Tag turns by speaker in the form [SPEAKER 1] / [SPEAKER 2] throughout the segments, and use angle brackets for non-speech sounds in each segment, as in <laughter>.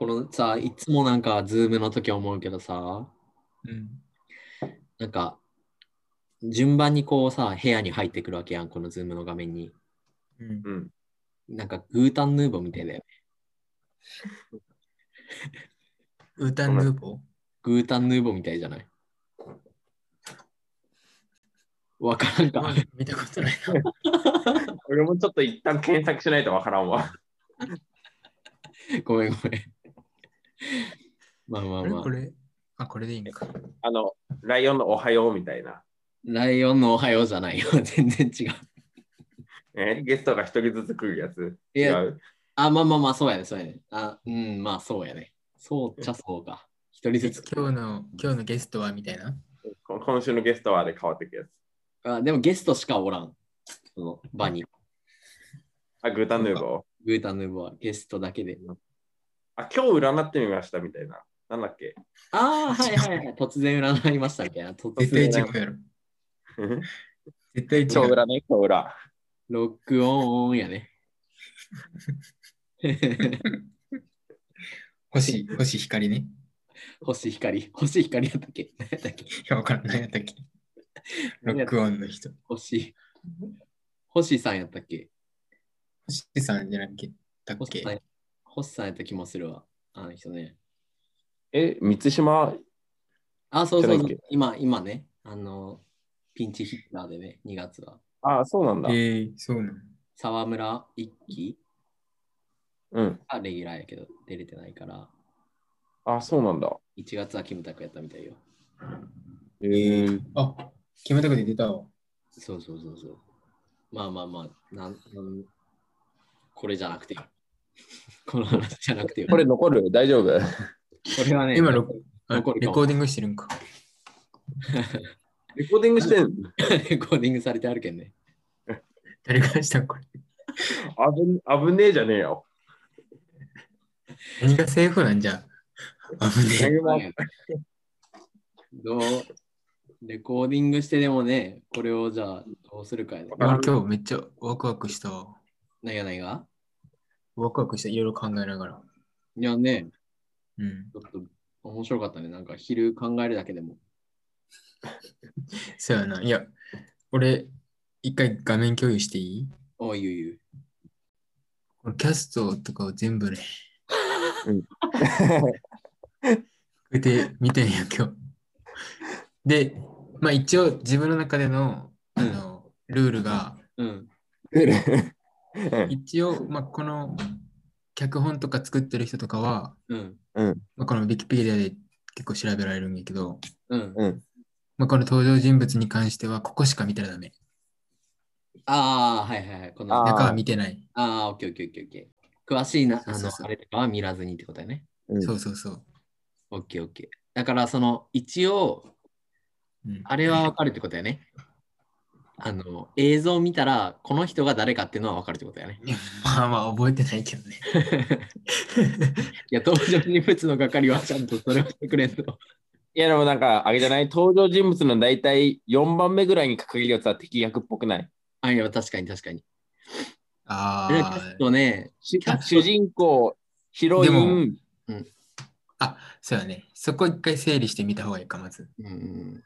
[SPEAKER 1] のさ、いつもなんか、ズームの時思うけどさ、
[SPEAKER 2] うん。
[SPEAKER 1] なんか、順番にこうさ、部屋に入ってくるわけやん、このズームの画面に。
[SPEAKER 2] うん。
[SPEAKER 3] うん。
[SPEAKER 1] なんか、グータンヌーボーみたいだよね。
[SPEAKER 2] ウータンヌーボー
[SPEAKER 1] グータンヌーボーみたいじゃないわからん
[SPEAKER 2] まあ
[SPEAKER 1] か。
[SPEAKER 2] 見たことない
[SPEAKER 3] 俺もちょっと一旦検索しないとわからんわ。
[SPEAKER 1] ごめんごめん。まあまあ
[SPEAKER 2] な。あれ
[SPEAKER 1] まあ
[SPEAKER 2] こ。れあ、これでいいのか。
[SPEAKER 3] あの、ライオンのおはようみたいな。
[SPEAKER 1] ライオンのおはようじゃないよ。 <laughs> 全然違う。
[SPEAKER 3] えゲストが一人ずつ来るやつ。
[SPEAKER 1] いや
[SPEAKER 3] 違う。
[SPEAKER 1] あ、まあまあまあ、そうやね、そうやね。あ、うん、まあそうやね。そうっちゃそうか。一人ずつ。
[SPEAKER 2] 今日の、今日のゲストはみたいな。
[SPEAKER 3] こ今週のゲストはで変わってくやつ。
[SPEAKER 1] あでもゲストしかおらん。その場に。
[SPEAKER 3] あ、グータンヌーボー。
[SPEAKER 1] グータンヌーボーはゲストだけで。
[SPEAKER 3] あ、今日占ってみましたみたいな。なんだっけ
[SPEAKER 1] ああ、はいはいはい。突然占いましたみたいな。突
[SPEAKER 2] 絶対
[SPEAKER 1] 然。
[SPEAKER 2] 違うやろ。
[SPEAKER 3] 今
[SPEAKER 2] 絶対違
[SPEAKER 3] 日
[SPEAKER 2] う。
[SPEAKER 3] 裏ね、今日裏。
[SPEAKER 1] ロックオンオンやね。 <laughs>
[SPEAKER 2] 星、星光ね。い
[SPEAKER 1] 星光。星光やったっけ何やったっけ
[SPEAKER 2] や、わからないや <laughs> ったっけ。ロックオンの人。
[SPEAKER 1] 星。星さんやったっけ
[SPEAKER 2] 星さんじゃなくて、だっ
[SPEAKER 1] 星
[SPEAKER 2] け
[SPEAKER 1] さん星さんやった気もするわ。あの人ね。
[SPEAKER 3] え、三島
[SPEAKER 1] あ、そうそう
[SPEAKER 3] じ
[SPEAKER 1] そ
[SPEAKER 3] ゃ
[SPEAKER 1] う
[SPEAKER 3] ないっけ
[SPEAKER 1] 今、今ね、あの、ピンチヒッターでね、2月は。
[SPEAKER 3] あ、そうなんだ。
[SPEAKER 2] えー、そうなの。
[SPEAKER 1] 沢村一輝
[SPEAKER 3] うん。
[SPEAKER 1] がレギュラーやけど、出れてないから、
[SPEAKER 3] あ、そうなんだ。
[SPEAKER 1] 1月はキムタクやったみたいよ。
[SPEAKER 3] えー、
[SPEAKER 2] あ、決めたこと出たわ。
[SPEAKER 1] そうそうそうそう。まあまあまあ、なんなんこれじゃなくてよ。 <laughs> この話じゃなくてよ。
[SPEAKER 3] これ残る大丈夫
[SPEAKER 1] これはね、
[SPEAKER 2] 今、録あレ
[SPEAKER 1] 残るかも
[SPEAKER 2] コーディングしてるんか。
[SPEAKER 3] レコーディングしてん
[SPEAKER 1] レコーディングされてあるけんね。
[SPEAKER 2] 誰からしたんこれ。
[SPEAKER 3] あぶん危ねえじゃねえ <laughs> よ。
[SPEAKER 2] 何がセーフなんじゃ。危 <laughs> ねえ。
[SPEAKER 1] どうレコーディングしてでもね、これをじゃあどうするかやね。
[SPEAKER 2] 俺今日めっちゃワクワクしたわ。
[SPEAKER 1] 何が何が
[SPEAKER 2] ワクワクした。いろいろ考えながら。
[SPEAKER 1] いやね、
[SPEAKER 2] うん
[SPEAKER 1] ち。ょっと面白かったね。なんか昼考えるだけでも。
[SPEAKER 2] そうやな。いや、俺、一回画面共有していい
[SPEAKER 1] おいゆいゆ。
[SPEAKER 2] このキャストとかを全部ね、こうやって見てんよ、今日。で、まあ一応自分の中でのあのルールが、
[SPEAKER 1] うん。
[SPEAKER 3] うん
[SPEAKER 2] 一応、まあ、この脚本とか作ってる人とかは、
[SPEAKER 1] うん。
[SPEAKER 2] まあ、この Wikipedia で結構調べられるんやけど、
[SPEAKER 1] うん。
[SPEAKER 2] まあ、この登場人物に関しては、ここしか見たらダメ。
[SPEAKER 1] ああ、はいはいはい。この
[SPEAKER 3] あー
[SPEAKER 1] あ
[SPEAKER 2] 中は見てない。
[SPEAKER 1] あー、オッケーオッケーオッケーオッケー。詳しいな、
[SPEAKER 2] そ
[SPEAKER 1] あ
[SPEAKER 2] うそう
[SPEAKER 1] の、
[SPEAKER 2] そう
[SPEAKER 1] あれとかは見らずにってことだね。
[SPEAKER 3] うん
[SPEAKER 2] そうそうそう。
[SPEAKER 1] オッケーオッケー。だから、その、一応、
[SPEAKER 2] うん、
[SPEAKER 1] あれはわかるってことだよね。あの、映像を見たら、この人が誰かっていうのはわかるってことだよね。
[SPEAKER 2] いや <laughs> まあまあ覚えてないけどね。
[SPEAKER 1] いや、登場人物の係はちゃんとそれをしてくれんと。
[SPEAKER 3] いやでもなんか、あれじゃない登場人物の大体4番目ぐらいに掲げるやつは敵役っぽくない
[SPEAKER 1] <laughs> あ、いや、確かに確かに。
[SPEAKER 2] あ
[SPEAKER 1] あれはちょ
[SPEAKER 2] ー
[SPEAKER 1] っとね、
[SPEAKER 3] 主
[SPEAKER 1] キャスト
[SPEAKER 3] 主人公、ヒロイ
[SPEAKER 2] でも
[SPEAKER 3] ン、
[SPEAKER 2] あ、そうやね。そこ一回整理してみた方がいいか、まず。
[SPEAKER 1] うんうん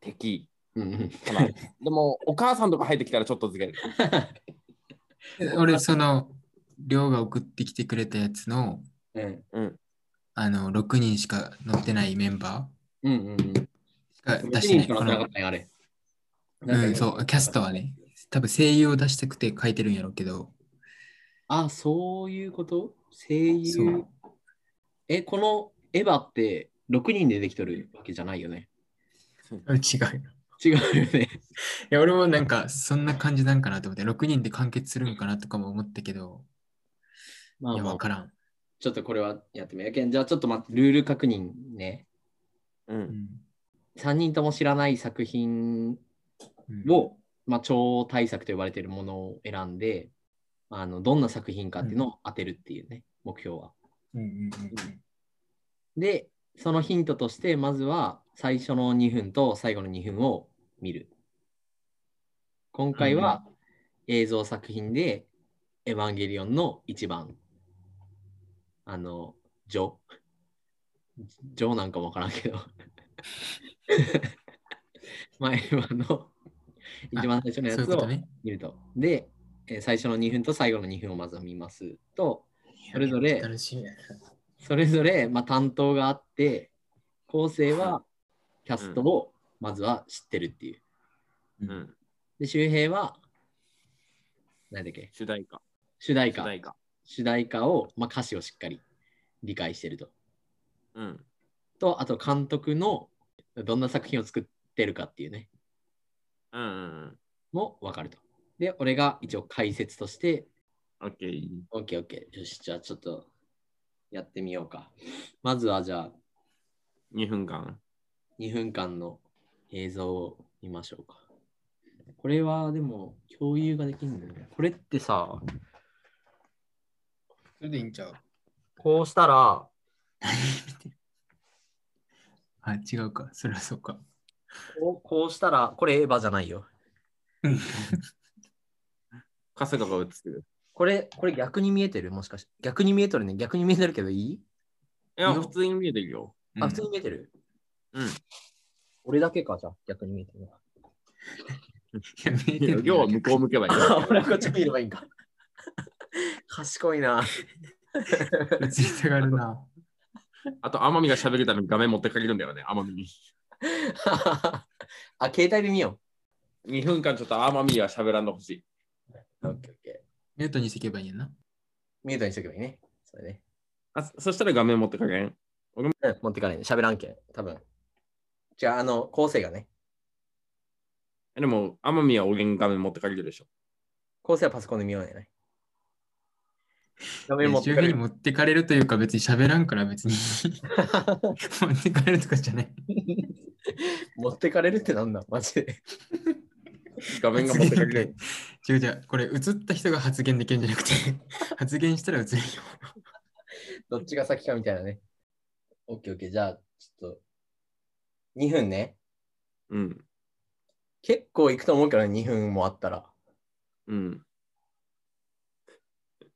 [SPEAKER 3] 敵
[SPEAKER 1] うん。うんうん。
[SPEAKER 3] かな。でも、お母さんとか入ってきたらちょっとずれる。
[SPEAKER 2] 俺、その、りょうが送ってきてくれたやつの、
[SPEAKER 1] うん
[SPEAKER 3] うん。
[SPEAKER 2] あの、6人しか載ってないメンバ
[SPEAKER 1] うんうんうん。
[SPEAKER 2] ーしか
[SPEAKER 1] 出
[SPEAKER 2] 出
[SPEAKER 1] し
[SPEAKER 2] し
[SPEAKER 1] な
[SPEAKER 2] ててない。
[SPEAKER 1] いか
[SPEAKER 2] こ
[SPEAKER 1] なか
[SPEAKER 2] の
[SPEAKER 1] ったよ、あれ。
[SPEAKER 2] うん、そう、キャストはね、多分声優を出したくて書いてるんやろうけど、
[SPEAKER 1] あ、そういうこと声
[SPEAKER 2] そ
[SPEAKER 1] 優
[SPEAKER 2] う。 <laughs>
[SPEAKER 1] え、このエヴァって6人でできとるわけじゃないよね。
[SPEAKER 2] うん違うよ。い
[SPEAKER 1] 違うよね。
[SPEAKER 2] や、俺もなんか、そんな感じなんかなと思って、6人で完結するんかなとかも思ったけど、
[SPEAKER 1] ま
[SPEAKER 2] い
[SPEAKER 1] あ
[SPEAKER 2] や、
[SPEAKER 1] ま
[SPEAKER 2] わ
[SPEAKER 1] あ、
[SPEAKER 2] からん。
[SPEAKER 1] ちょっとこれはやってみよう。けんじゃあちょっと待って、ルール確認ね。
[SPEAKER 3] う。
[SPEAKER 2] うんん。
[SPEAKER 1] 3人とも知らない作品
[SPEAKER 2] うん
[SPEAKER 1] を、まあ、超大作と呼ばれているものを選んで、あのどんな作品かっていうのを当てるっていうね、目標は。
[SPEAKER 2] うんうん
[SPEAKER 1] で、そのヒントとして、まずは最初の2分と最後の2分を見る。今回は映像作品で、エヴァンゲリオンの一番、あの、ジョジョなんかもわからんけど。 <laughs> 前はの一番最初のや
[SPEAKER 2] そういう
[SPEAKER 1] つ
[SPEAKER 2] こと
[SPEAKER 1] を
[SPEAKER 2] ね。
[SPEAKER 1] 見ると。で、えー最初の2分と最後の2分をまずは見ますと、それぞれ
[SPEAKER 2] 楽しみや
[SPEAKER 1] それぞれ、まあ、担当があって、構成はキャストをまずは知ってるっていう。
[SPEAKER 3] う
[SPEAKER 2] な。
[SPEAKER 3] ん。
[SPEAKER 1] で、周平は、何だっけ、
[SPEAKER 3] 主題歌。
[SPEAKER 1] 主題
[SPEAKER 3] 主
[SPEAKER 1] 歌。
[SPEAKER 3] 題歌。
[SPEAKER 1] 主題歌を、まあ、歌詞をしっかり理解してると。
[SPEAKER 3] うん。
[SPEAKER 1] と、あと監督のどんな作品を作ってるかっていうね、
[SPEAKER 3] うんうんうん。
[SPEAKER 1] も分かると。で、俺が一応解説として、
[SPEAKER 3] オッケー。
[SPEAKER 1] OK、OK、よし、じゃあちょっとやってみようか。まずはじゃあ
[SPEAKER 3] 2分間。
[SPEAKER 1] 2分間の映像を見ましょうか。これはでも共有ができるんだよね。これってさ、
[SPEAKER 2] それでいいんちゃう
[SPEAKER 1] こうしたら、
[SPEAKER 2] あ、違うか。それはそうか。
[SPEAKER 1] こうこうしたら、これエヴァじゃないよ。
[SPEAKER 3] 春日が映ってる。
[SPEAKER 1] これ、これ逆に見えてるもしかして。逆に見えてるね。逆に見えてるけどいい
[SPEAKER 3] いや、
[SPEAKER 2] いいよ
[SPEAKER 3] 普通に見えてるよ。
[SPEAKER 1] あ、普通に見えてる
[SPEAKER 3] うん。
[SPEAKER 1] 俺だけか、じゃあ逆に見えてるの。
[SPEAKER 2] い
[SPEAKER 3] いや要は向こう向けばいい。
[SPEAKER 1] あ、俺はこっち見ればいいんか。 <laughs> 賢いな。 <laughs>
[SPEAKER 2] う。映りたがる <laughs> な。
[SPEAKER 3] あと、天海が喋るために画面持ってかれるんだよね、天海に。
[SPEAKER 1] あ、携帯で見よ
[SPEAKER 3] 2分間ちょっと天海は喋らんでほしい。
[SPEAKER 1] う。オッケーオッケー。
[SPEAKER 2] ミュートにしていけばいいやな。
[SPEAKER 1] ミュートにしとけばいいね。それね。
[SPEAKER 3] あそそしたら画面持ってかれん。
[SPEAKER 1] うん、持ってかないね。喋らんけん、多分。じゃあ、あの、構成がね。
[SPEAKER 3] でも、天海は俺に画面持ってかれるでしょ。
[SPEAKER 1] 構成はパソコンで見ようやない。画面持って
[SPEAKER 2] 周
[SPEAKER 1] か
[SPEAKER 2] 辺
[SPEAKER 1] れ
[SPEAKER 2] に
[SPEAKER 1] る。
[SPEAKER 2] 持ってかれるというか、別に喋らんから別に。持ってかれるとかじゃない。
[SPEAKER 1] 持ってかれるってなんだマジで。 <laughs>
[SPEAKER 3] 画面が持ってか
[SPEAKER 2] <laughs>
[SPEAKER 3] れる。
[SPEAKER 2] 違う違う、これ映った人が発言できるんじゃなくて、 <laughs> 発言したら映るよ。
[SPEAKER 1] どっちが先かみたいなね。オッケーオッケー。じゃあ、ちょっと。2分ね。
[SPEAKER 3] うん。
[SPEAKER 1] 結構いくと思うけどね、2分もあったら。
[SPEAKER 3] うん。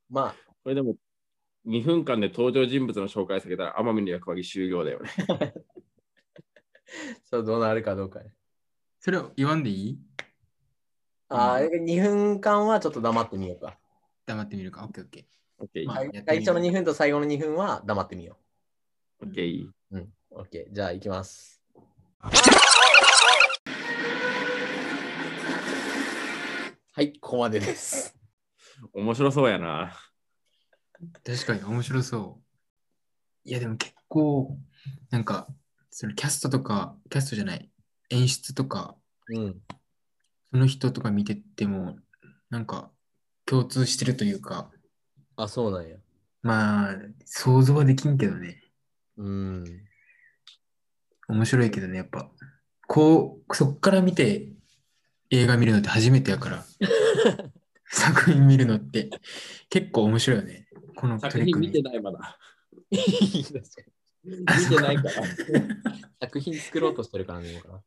[SPEAKER 1] まあ、
[SPEAKER 3] これでも、2分間で登場人物の紹介されたら、天海の役割終了だよね。
[SPEAKER 1] そうどうなるかどうかね。
[SPEAKER 2] それを言わんでいい
[SPEAKER 1] ああ、2分間はちょっと黙ってみようか。
[SPEAKER 2] 黙ってみるか。オッケーオッケ
[SPEAKER 3] オッケー
[SPEAKER 2] ー。。まあやって
[SPEAKER 1] 最
[SPEAKER 2] み
[SPEAKER 1] 初
[SPEAKER 2] よう
[SPEAKER 1] の2分と最後の2分は黙ってみよ
[SPEAKER 3] オッケー。
[SPEAKER 1] う。うん。オッケー。じゃあ、行きます。はい、ここまでです。
[SPEAKER 3] 面白そうやな。
[SPEAKER 2] 確かに面白そう。いやでも結構、なんか、そのキャストとか、キャストじゃない、演出とか、
[SPEAKER 1] うん。
[SPEAKER 2] その人とか見てっても、なんか共通してるというか、
[SPEAKER 1] あ、そうなんや。
[SPEAKER 2] まあ、想像はできんけどね。
[SPEAKER 1] <laughs> うん。
[SPEAKER 2] 面白いけどね、やっぱ。こう、そっから見て映画見るのって初めてやから。作品見るのって結構面白いよね。この
[SPEAKER 3] 作
[SPEAKER 2] 取り
[SPEAKER 3] 品
[SPEAKER 2] 組
[SPEAKER 3] 見
[SPEAKER 2] み。
[SPEAKER 3] てないまだ。見
[SPEAKER 2] あそ
[SPEAKER 3] て
[SPEAKER 2] う
[SPEAKER 3] ないから。
[SPEAKER 1] 作品作ろうとしてるからね、今か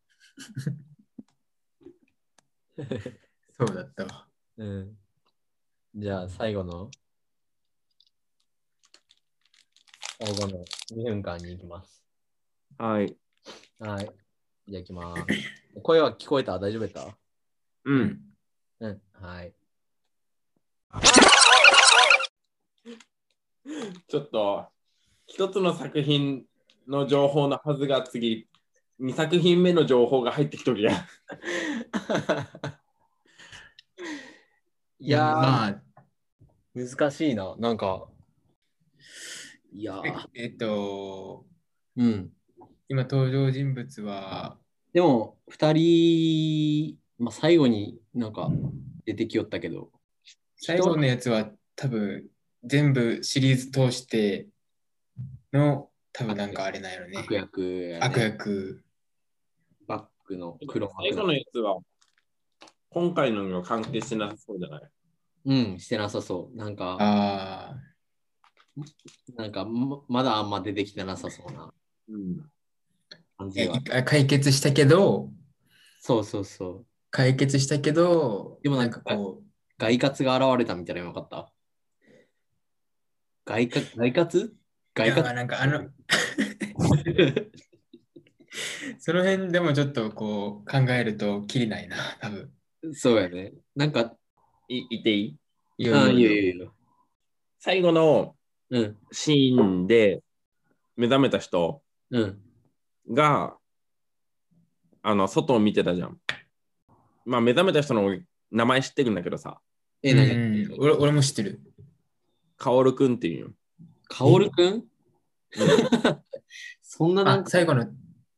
[SPEAKER 1] ら。
[SPEAKER 2] そうだったわ。
[SPEAKER 1] うん。じゃあ、最後の。最後の2分間に行きます。
[SPEAKER 3] はい。
[SPEAKER 1] はい。じゃあ行きます。声は聞こえた大丈夫やった
[SPEAKER 3] う。。
[SPEAKER 2] うん
[SPEAKER 1] うん。はい。
[SPEAKER 3] ちょっと、一つの作品の情報のはずが次、二作品目の情報が入ってきとるやん。
[SPEAKER 1] いやー、
[SPEAKER 2] まあ、
[SPEAKER 1] 難しいな。なんか。いやー。
[SPEAKER 2] ええっと、
[SPEAKER 1] うん。
[SPEAKER 2] 今登場人物は、
[SPEAKER 1] でも、2人、まあ、最後になんか出てきよったけど。
[SPEAKER 2] 最後のやつは多分全部シリーズ通しての多分なんかあれなんやろね。
[SPEAKER 1] 悪役やね、
[SPEAKER 2] 悪役。
[SPEAKER 1] バックの黒幕
[SPEAKER 3] 最後のやつは、今回のには関係してなさそうじゃない
[SPEAKER 1] うん、してなさそう。なんか、
[SPEAKER 2] ああ、
[SPEAKER 1] なんかままだあんま出てきてなさそうな
[SPEAKER 3] うん。
[SPEAKER 1] 感じ
[SPEAKER 2] え
[SPEAKER 1] は。
[SPEAKER 2] 解決したけど、
[SPEAKER 1] そうそうそう。
[SPEAKER 2] 解決したけど、
[SPEAKER 1] でもな
[SPEAKER 2] なんん
[SPEAKER 1] か
[SPEAKER 2] かこ
[SPEAKER 1] 外活が現れたみたいなのよかった。外活外活
[SPEAKER 2] い
[SPEAKER 1] 外
[SPEAKER 2] やまあ
[SPEAKER 1] 貨
[SPEAKER 2] なんかあの、その辺でもちょっとこう考えるときりないな、 <laughs> 多分。
[SPEAKER 1] <laughs> そうやね。なんか、
[SPEAKER 3] い言っていい
[SPEAKER 2] い
[SPEAKER 1] い
[SPEAKER 2] よいよ
[SPEAKER 1] いいよ。
[SPEAKER 3] 最後の
[SPEAKER 1] うん、
[SPEAKER 3] シーンで目覚めた人
[SPEAKER 1] うん、
[SPEAKER 3] が、あの、外を見てたじゃん。まあ、目覚めた人の名前知ってるんだけどさ、
[SPEAKER 1] え、
[SPEAKER 2] う
[SPEAKER 1] なんんか、
[SPEAKER 2] 俺俺も知ってる。
[SPEAKER 3] カオルくんっていうよ。
[SPEAKER 1] カオルくんそんなな
[SPEAKER 2] あ
[SPEAKER 1] ん、か、
[SPEAKER 2] 最後の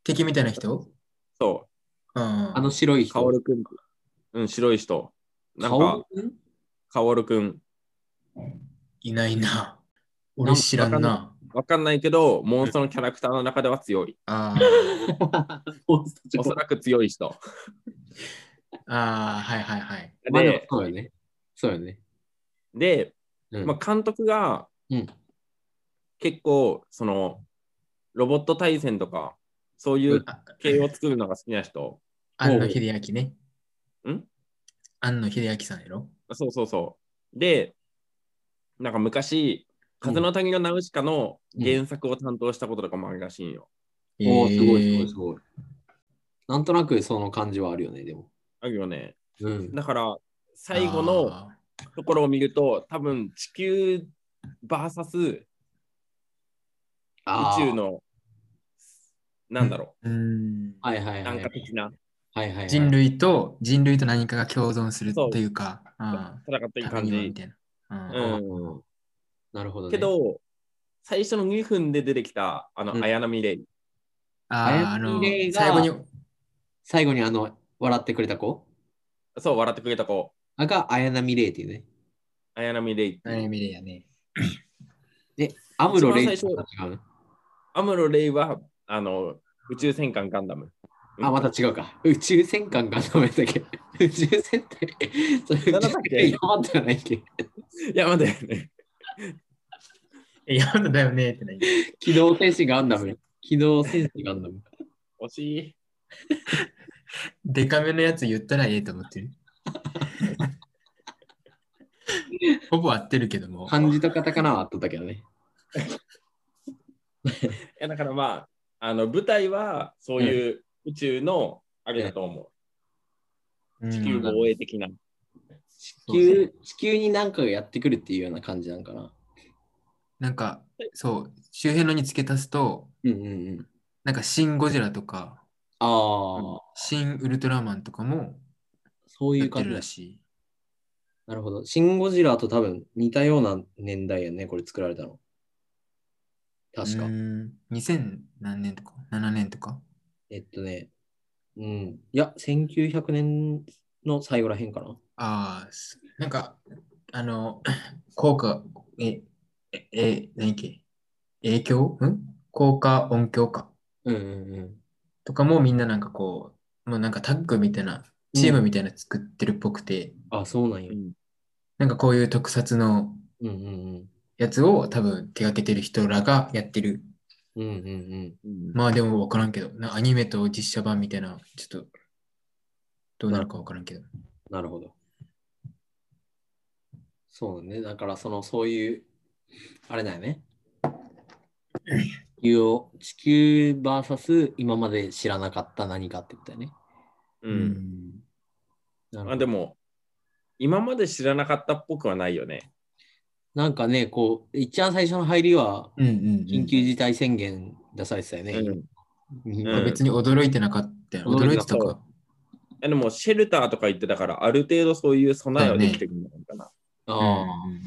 [SPEAKER 2] 敵みたいな人
[SPEAKER 3] そ、
[SPEAKER 1] <laughs>
[SPEAKER 2] あ
[SPEAKER 1] あの白いう人。
[SPEAKER 3] カオルくん。うん、白い人。なん
[SPEAKER 1] カオ
[SPEAKER 3] か、
[SPEAKER 1] ルくん <laughs>
[SPEAKER 3] カオルくん。
[SPEAKER 2] いないな。俺知らん
[SPEAKER 3] な
[SPEAKER 2] な。
[SPEAKER 3] わかんないけど、モンストのキャラクターの中では
[SPEAKER 1] <laughs>
[SPEAKER 3] 強い。
[SPEAKER 2] あー
[SPEAKER 3] おそらく強い人。
[SPEAKER 2] あー、はいはいはい。
[SPEAKER 1] <laughs> まあでもそう
[SPEAKER 3] で、
[SPEAKER 1] よね。そうよね。
[SPEAKER 3] で、
[SPEAKER 1] うん
[SPEAKER 3] まあ、監督が
[SPEAKER 1] うん
[SPEAKER 3] 結構、その、ロボット対戦とか、そういう
[SPEAKER 2] あ
[SPEAKER 3] 系を作るのが好きな人。
[SPEAKER 2] 庵野秀明ね。
[SPEAKER 3] ん
[SPEAKER 2] 庵野秀明さんやろ
[SPEAKER 3] そうそうそう。で、なんか昔、風の谷のナウシカの原作を担当したこととかもあるらしいんよ。
[SPEAKER 1] おお、すごいすご
[SPEAKER 2] え
[SPEAKER 1] い
[SPEAKER 2] ー
[SPEAKER 1] すごい。なんとなくその感じはあるよね、でも。
[SPEAKER 3] あるよね。
[SPEAKER 1] うん。
[SPEAKER 3] だから、最後の
[SPEAKER 2] あ
[SPEAKER 3] ところを見ると、多分地球 VS 宇
[SPEAKER 1] あー
[SPEAKER 3] 宙。の、なんだろ、
[SPEAKER 2] ーうーん
[SPEAKER 1] はいはいうは
[SPEAKER 3] なん
[SPEAKER 1] い。
[SPEAKER 3] か的な
[SPEAKER 1] はいはいはい、
[SPEAKER 2] 人類と人類と何かが共存するっていうか、うん
[SPEAKER 3] 戦ってる
[SPEAKER 2] ため
[SPEAKER 3] 感
[SPEAKER 2] にはみ
[SPEAKER 3] じ。
[SPEAKER 2] たいな。
[SPEAKER 3] うん
[SPEAKER 1] うん。なるほど、ね。
[SPEAKER 3] け、ど、最初の2分で出てきた、あの、
[SPEAKER 1] うん
[SPEAKER 3] 綾波レイ。
[SPEAKER 2] あーあの
[SPEAKER 1] 綾波レイが
[SPEAKER 2] 最後に
[SPEAKER 1] 最後にあの、笑ってくれた子
[SPEAKER 3] そう、笑ってくれた子。
[SPEAKER 1] あが綾波レイっていうね。
[SPEAKER 3] 綾波レイ。
[SPEAKER 2] 悩みでやね。
[SPEAKER 1] アムロレイ
[SPEAKER 3] 一番
[SPEAKER 1] また違う。
[SPEAKER 3] アムロレイは、あの、宇宙戦艦ガンダム。
[SPEAKER 1] あ、また違うか。宇宙戦艦がダメだっけ。宇宙船って、それ宇宙
[SPEAKER 3] なんだっけ
[SPEAKER 1] 船ヤマトじゃないっけ。
[SPEAKER 3] いや、待ってね。
[SPEAKER 2] え、やだよねって何
[SPEAKER 1] 機動戦士ガンダム。機動戦士ガンダム。
[SPEAKER 3] 惜しい。
[SPEAKER 2] <laughs> デカめのやつ言ったらええと思ってる。ほぼ合ってるけども。
[SPEAKER 1] 漢字とカタカナはあっとったけどね。
[SPEAKER 3] いやだからまあ、あの舞台はそういう宇宙のあれだと思
[SPEAKER 2] う
[SPEAKER 3] う。
[SPEAKER 2] ん
[SPEAKER 3] 地球防衛的な。
[SPEAKER 1] 地球地球に何かがやってくるっていうような感じなんかな。
[SPEAKER 2] なんか、そう、周辺のに付け足すと、
[SPEAKER 1] うんうんうん。
[SPEAKER 2] なんか、シン・ゴジラとか、
[SPEAKER 1] ああ、
[SPEAKER 2] シン・ウルトラマンとかも
[SPEAKER 1] そうい
[SPEAKER 2] や
[SPEAKER 1] う
[SPEAKER 2] って
[SPEAKER 1] 感
[SPEAKER 2] る
[SPEAKER 1] じ
[SPEAKER 2] ら。しい。
[SPEAKER 1] なるほど。シン・ゴジラと多分似たような年代やね、これ作られたの。確か。
[SPEAKER 2] うーん。2000何年とか ?7 年とか
[SPEAKER 1] えっとね、うん。いや、1900年の最後らへんかな。
[SPEAKER 2] ああ、すなんか、あの、 <coughs> 効果、え、え、え何っけ影響ん効果音響か。
[SPEAKER 1] うんうんうん。
[SPEAKER 2] とかもみんななんかこう、もうなんかタッグみたいな、チームみたいな作ってるっぽくて、
[SPEAKER 1] あ、そうなんや。
[SPEAKER 2] なんかこういう特撮の
[SPEAKER 1] うんうん
[SPEAKER 2] やつを多分手掛けてる人らがやってる。
[SPEAKER 1] うん。うんうん
[SPEAKER 3] うん
[SPEAKER 2] まあでもわからんけど、なアニメと実写版みたいな、ちょっと、どうなるかわからんけど。
[SPEAKER 1] うん。なるほど。そうだね。だから、その、そういう、あれだよ
[SPEAKER 2] <laughs>
[SPEAKER 1] ね。地球を、地球 VS 今まで知らなかった何かって言ったよね。
[SPEAKER 3] う。
[SPEAKER 2] うん
[SPEAKER 1] なるほど
[SPEAKER 3] あでも、今まで知らなかったっぽくはないよね。
[SPEAKER 1] なんかね、こう、一番最初の入りは、
[SPEAKER 2] うんうんうん。
[SPEAKER 1] 緊急事態宣言出されてたよね。
[SPEAKER 3] うん
[SPEAKER 1] 日
[SPEAKER 3] う
[SPEAKER 2] まあ
[SPEAKER 1] 本
[SPEAKER 3] ん
[SPEAKER 2] 別に驚いてなかったよ。
[SPEAKER 1] 驚い
[SPEAKER 2] 驚
[SPEAKER 1] て
[SPEAKER 2] い
[SPEAKER 1] な
[SPEAKER 2] て
[SPEAKER 1] か
[SPEAKER 2] たか。
[SPEAKER 3] いやでも、シェルターとか言ってたから、ある程度そういう備えはできてくるんじゃないかな。
[SPEAKER 2] あ
[SPEAKER 1] あ
[SPEAKER 2] うんうんうん。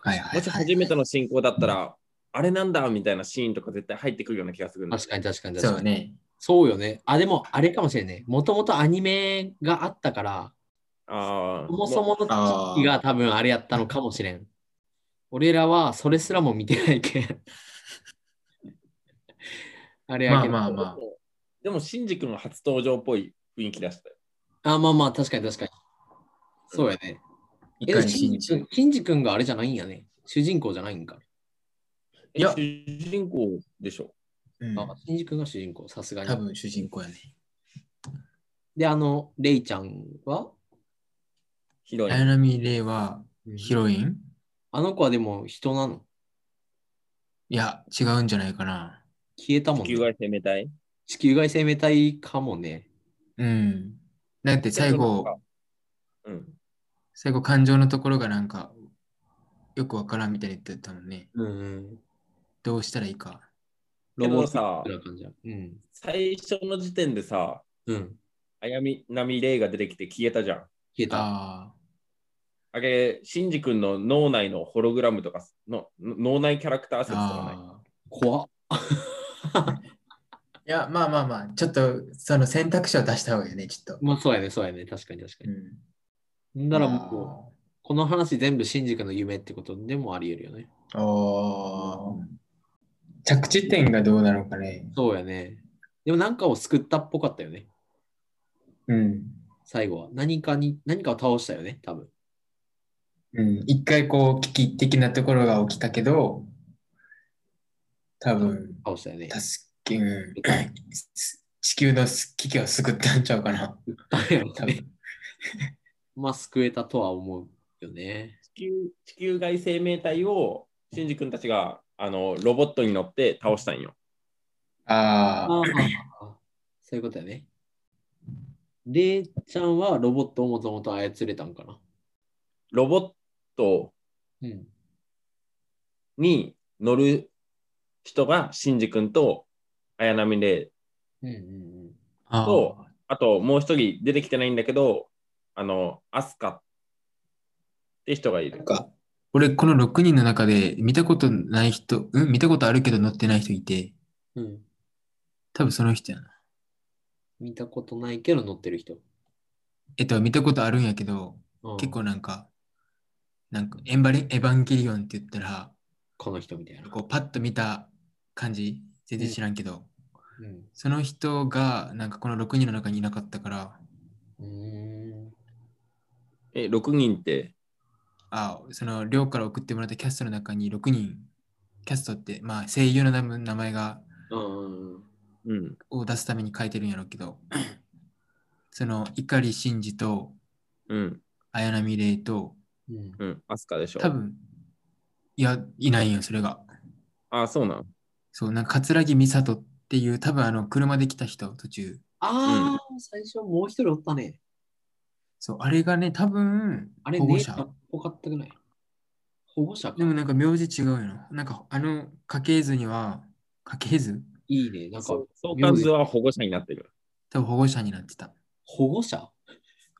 [SPEAKER 2] はいはい、はい。
[SPEAKER 3] もし初めての進行だったら、あれなんだみたいなシーンとか絶対入ってくるような気がする
[SPEAKER 1] あ、
[SPEAKER 3] んだ
[SPEAKER 1] 確かに確かに確
[SPEAKER 2] そ
[SPEAKER 1] か
[SPEAKER 2] う
[SPEAKER 1] に。
[SPEAKER 2] ね。
[SPEAKER 1] そうよね。あ、でもあれかもしれない。もともとアニメがあったから、
[SPEAKER 3] あー
[SPEAKER 1] そもそもの
[SPEAKER 2] あ
[SPEAKER 1] 時期が多分あれやったのかもしれん。俺らはそれすらも見てないけ
[SPEAKER 2] <laughs>
[SPEAKER 1] ん。あれやけど。
[SPEAKER 2] まあまあ
[SPEAKER 3] でもでも、シンジ君は初登場っぽい雰囲気出したよ。
[SPEAKER 1] あまあまあ、確かに確かに。そうやね。
[SPEAKER 2] い
[SPEAKER 1] え、
[SPEAKER 2] か
[SPEAKER 1] で
[SPEAKER 2] に
[SPEAKER 1] も金
[SPEAKER 2] 真
[SPEAKER 1] 次君
[SPEAKER 2] 珠。
[SPEAKER 1] 金次君があれじゃないんやね。主人公じゃないんか。
[SPEAKER 3] え
[SPEAKER 2] いや
[SPEAKER 3] 主人公でしょ。
[SPEAKER 2] うん
[SPEAKER 1] あ、金次君が主人公、さすがに
[SPEAKER 2] 多。分主人公やね。
[SPEAKER 1] で、あの、レイちゃんは
[SPEAKER 3] ヒロイン
[SPEAKER 2] 綾波レイはヒロイン
[SPEAKER 1] あの子はでも人なの。
[SPEAKER 2] いや、違うんじゃないかな。
[SPEAKER 1] 消えたもん、ね。
[SPEAKER 3] 地球外生命体
[SPEAKER 1] 地球外生命体かもね。
[SPEAKER 2] うん。だって最後、。
[SPEAKER 3] うん。
[SPEAKER 2] 最後感情のところがなんか、よくわからんみたいに言ってたもんね。
[SPEAKER 1] うんうん。
[SPEAKER 2] どうしたらいいか。
[SPEAKER 1] ロボット
[SPEAKER 3] でもさ
[SPEAKER 1] みたいな感じだうん。
[SPEAKER 3] 最初の時点でさ、
[SPEAKER 1] うん。
[SPEAKER 3] あやみなみれいが出てきて消えたじゃん。
[SPEAKER 1] 消えた。
[SPEAKER 2] あ
[SPEAKER 3] あれ、しんじ君の脳内のホログラムとかの、脳内キャラクター
[SPEAKER 2] ー
[SPEAKER 3] 説と
[SPEAKER 2] あ
[SPEAKER 3] か
[SPEAKER 1] 怖っ。
[SPEAKER 2] ー。いや、まあまあまあ、ちょっとその選択肢を出した方がいいよね、ちょっと。
[SPEAKER 1] まあそうやね、そうやね。確かに確かに。
[SPEAKER 2] ん。
[SPEAKER 1] んだらもう、この話全部シンジ君の夢ってことでもあり得るよね。
[SPEAKER 2] あーあー。着地点がどうなのかね。
[SPEAKER 1] そうやね。でもなんかを救ったっぽかったよね。
[SPEAKER 2] うん。
[SPEAKER 1] 最後は。何かに、何かを倒したよね、多分。
[SPEAKER 2] うん、一回こう危機的なところが起きたけど、多分
[SPEAKER 1] 倒したよね。
[SPEAKER 2] 助け、うん、 <coughs> 地球の危機を救ったんちゃうかな。
[SPEAKER 1] だよ
[SPEAKER 2] 多
[SPEAKER 1] ね。
[SPEAKER 2] 分
[SPEAKER 1] まあ救えたとは思うよね。
[SPEAKER 3] 地球地球外生命体をしんじ君たちがあのロボットに乗って倒したんよ。
[SPEAKER 2] ああ、
[SPEAKER 1] ああ、そういうことやね。レイちゃんはロボットをもともと操れたんかな。
[SPEAKER 3] ロボット
[SPEAKER 1] うん。
[SPEAKER 3] に乗る人がしんじ君と綾波レイ
[SPEAKER 1] うんうんうん。
[SPEAKER 2] あ
[SPEAKER 3] とあともう一人出てきてないんだけどあのアスカって人がい
[SPEAKER 2] な
[SPEAKER 3] る
[SPEAKER 2] ん。か、俺この6人の中で見たことない人、うん、見たことあるけど乗ってない人いて、
[SPEAKER 1] うん。
[SPEAKER 2] 多分その人やな。
[SPEAKER 1] 見たことないけど乗ってる人。
[SPEAKER 2] えっと、見たことあるんやけど、
[SPEAKER 1] うん
[SPEAKER 2] 結構なんか、なんかエンバリ、エヴァンゲリオンって言ったら、
[SPEAKER 1] この人みたいな。
[SPEAKER 2] こうパッと見た感じ、全然知らんけど、
[SPEAKER 1] うん。
[SPEAKER 2] その人がなんかこの6人の中にいなかったから、
[SPEAKER 1] うーん。
[SPEAKER 3] え6人って
[SPEAKER 2] あその寮から送ってもらったキャストの中に6人、キャストって、まあ、声優の名前名前が
[SPEAKER 1] うん。
[SPEAKER 3] うん
[SPEAKER 2] を出すために書いてるんやろうけ
[SPEAKER 1] <clears throat>
[SPEAKER 2] ど、その碇シンジと
[SPEAKER 3] うん
[SPEAKER 2] 綾波レイと
[SPEAKER 1] うん。
[SPEAKER 3] うんアスカでしょ。
[SPEAKER 2] 多分いや、いないよ、それが。
[SPEAKER 3] あそうなん。
[SPEAKER 2] そう、なんか桂木美里っていう多分あの車で来た人途中。
[SPEAKER 1] ああ、最初もう一人おったね。
[SPEAKER 2] そう、あれがね、多分
[SPEAKER 1] あれ、
[SPEAKER 2] 保護
[SPEAKER 1] 姉
[SPEAKER 2] 者
[SPEAKER 1] ちゃんっぽかったくない保護者か
[SPEAKER 2] でもなんか名字違うよな。なんかあの家系図には、家系図
[SPEAKER 1] いいね。なんか
[SPEAKER 3] そう相関図は保護者になってる。
[SPEAKER 2] 多分保護者になってた。
[SPEAKER 1] 保護者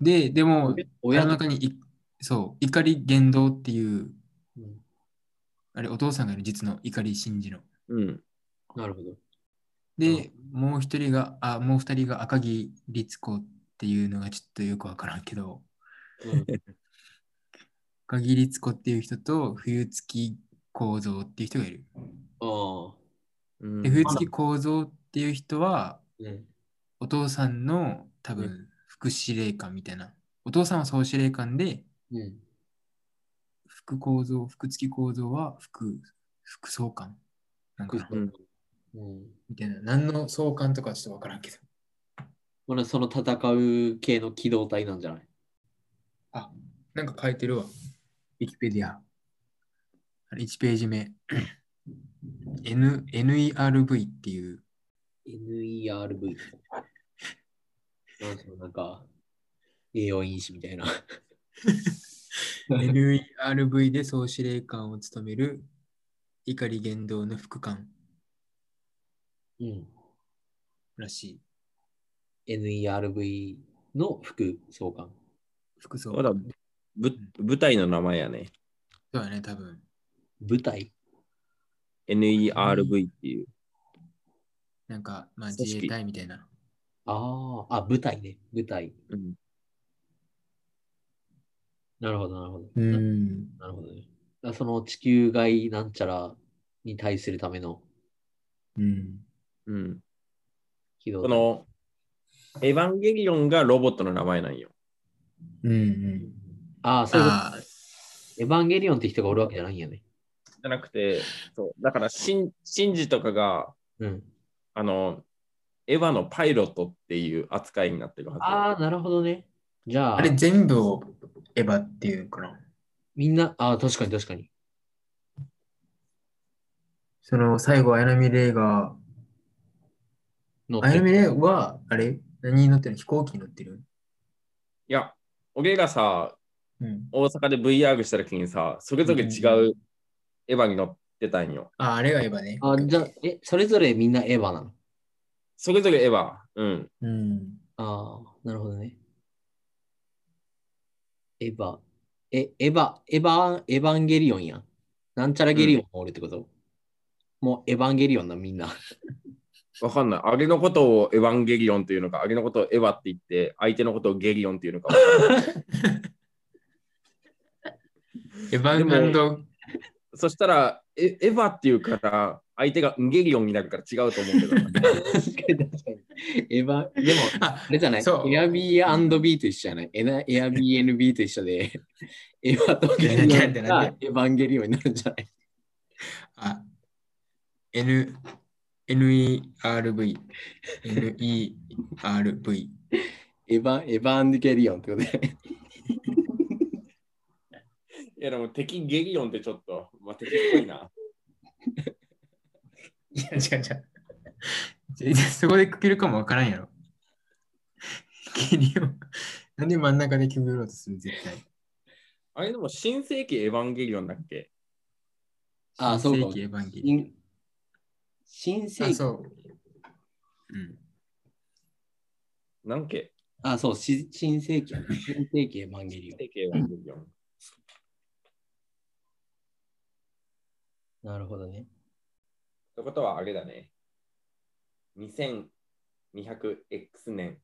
[SPEAKER 2] で、でも、
[SPEAKER 1] 親
[SPEAKER 2] 親の
[SPEAKER 1] の、
[SPEAKER 2] 中にい、そう、怒り言動っていう、
[SPEAKER 1] うん
[SPEAKER 2] あれ、お父さんがいる、実の怒り信じの。
[SPEAKER 3] うん
[SPEAKER 1] なるほど。
[SPEAKER 2] で、もう一人が、あ、もう二人が赤木律子っていうのがちょっとよくわからんけど、
[SPEAKER 1] うん
[SPEAKER 2] 赤木律子っていう人と、冬月構造っていう人がいる。
[SPEAKER 1] ああ。
[SPEAKER 3] うん
[SPEAKER 2] で、冬月構造っていう人は、
[SPEAKER 1] うん。
[SPEAKER 2] お父さんの多
[SPEAKER 1] う
[SPEAKER 2] 分、副司令官みたいな。お父さんは総司令官で、
[SPEAKER 1] うん。
[SPEAKER 2] 副構造、副付き構造は副、副総監なんか
[SPEAKER 1] く
[SPEAKER 2] な
[SPEAKER 1] うん。うん。
[SPEAKER 2] みたいな。何の相関とかちょっとわからんけど。
[SPEAKER 1] まだその戦う系の機動隊なんじゃない
[SPEAKER 2] あ、なんか書いてるわ。ウィキペディア。あれ1ページ目。N NERV っていう、
[SPEAKER 1] ?NERV。なんか、なんか、栄養因子みたいな。
[SPEAKER 2] NERV で総司令官を務める碇言動の副官
[SPEAKER 1] うん。
[SPEAKER 2] らしい。
[SPEAKER 1] NERV の副総監。
[SPEAKER 2] 副総
[SPEAKER 3] まだ
[SPEAKER 2] 監。
[SPEAKER 3] ぶ舞台の名前やね。
[SPEAKER 2] そうだね、多分。
[SPEAKER 1] 舞台
[SPEAKER 3] NERV っていう。
[SPEAKER 2] なんか、まあ、
[SPEAKER 3] 組
[SPEAKER 2] 自
[SPEAKER 3] 織
[SPEAKER 2] 衛隊みたいな。
[SPEAKER 1] ああ、あ、舞台ね。舞台。
[SPEAKER 3] うん
[SPEAKER 1] なるほど、なるほど。
[SPEAKER 2] うん。
[SPEAKER 1] なるほどね。だからその地球外なんちゃらに対するための
[SPEAKER 2] うん。
[SPEAKER 3] うん、
[SPEAKER 1] 機動
[SPEAKER 3] このエヴァンゲリオンがロボットの名前なんよ。
[SPEAKER 2] うんうん。
[SPEAKER 1] ああ、そういうこ
[SPEAKER 2] ああ、
[SPEAKER 1] と。エヴァンゲリオンって人がおるわけじゃないんやね。
[SPEAKER 3] じゃなくて、そうだからシンシンジとかが
[SPEAKER 1] うん。
[SPEAKER 3] あのエヴァのパイロットっていう扱いになってるは
[SPEAKER 1] ああ、なるほどね。じゃあ、
[SPEAKER 2] あれ全部をエヴァっていうのかな。
[SPEAKER 1] みんな、ああ、確かに確かに。
[SPEAKER 2] その最後、綾波レイが、
[SPEAKER 1] 乗って
[SPEAKER 2] 綾波レイは、あれ何に乗ってるの飛行機に乗ってる
[SPEAKER 3] いや、俺らさ、
[SPEAKER 2] うん。
[SPEAKER 3] 大阪で VR した時にさ、それぞれ違うエヴァに乗ってたんよ。
[SPEAKER 2] あ、あれが言えばね。
[SPEAKER 1] あ、じゃあ、え、それぞれみんなエヴァなの
[SPEAKER 3] それぞれエヴァ。うん。
[SPEAKER 2] うん。
[SPEAKER 1] ああ、なるほどね。エヴァ。え、エヴァ、エヴァ、エヴァンゲリオンやん。なんちゃらゲリオンも俺ってこと、もうエヴァンゲリオンな、みん
[SPEAKER 2] <laughs>
[SPEAKER 1] な。
[SPEAKER 3] わかんない。あれのことをエヴァンゲリオンっていうのか、あれのことをエヴァって言って、相手のことをゲリオンっていうのかわかん <laughs> ない。
[SPEAKER 2] エヴァン
[SPEAKER 3] でも
[SPEAKER 2] ガンド、
[SPEAKER 3] そしたらエ、エヴァっていうから、相手がゲリオンになるから違うと思うけ <laughs> ど。
[SPEAKER 1] 確かに確かに。エヴァ、でも、あ、
[SPEAKER 2] あ
[SPEAKER 1] れじゃない
[SPEAKER 2] そう
[SPEAKER 1] ?Airbnb と一緒じゃないエナ ?Airbnb と一緒で、 <laughs> エヴァとゲリ
[SPEAKER 2] な
[SPEAKER 1] オ
[SPEAKER 2] んで
[SPEAKER 1] ン
[SPEAKER 2] なんでな
[SPEAKER 1] が
[SPEAKER 2] ん
[SPEAKER 1] エヴァンゲリオンになるんじゃない
[SPEAKER 2] あ、N、NERV、NERV。 <laughs>
[SPEAKER 1] エヴァン、エヴァンゲリオンってことだよね。
[SPEAKER 3] いやでも敵ゲリオンってちょっと、まあ、敵っぽいな。
[SPEAKER 2] いや、違う違う。全然そこで区切るかもわからんやろ。ゲリオン。 <laughs> なんで真ん中で区切ろうとする絶対。
[SPEAKER 3] あれでも新世紀エヴァンゲリオンだっけ
[SPEAKER 1] あそうか
[SPEAKER 2] 新世紀エヴァンゲリ
[SPEAKER 1] 新新
[SPEAKER 2] オ
[SPEAKER 1] 世紀。
[SPEAKER 2] ン。あ、そう。うん。
[SPEAKER 3] なんけ
[SPEAKER 1] あ、そう、し新世紀やね。新世紀エヴァンゲリ
[SPEAKER 3] 新世紀エヴァンゲリオン。
[SPEAKER 1] オン。なるほどね。
[SPEAKER 3] ってことはあれだね。2200X 年、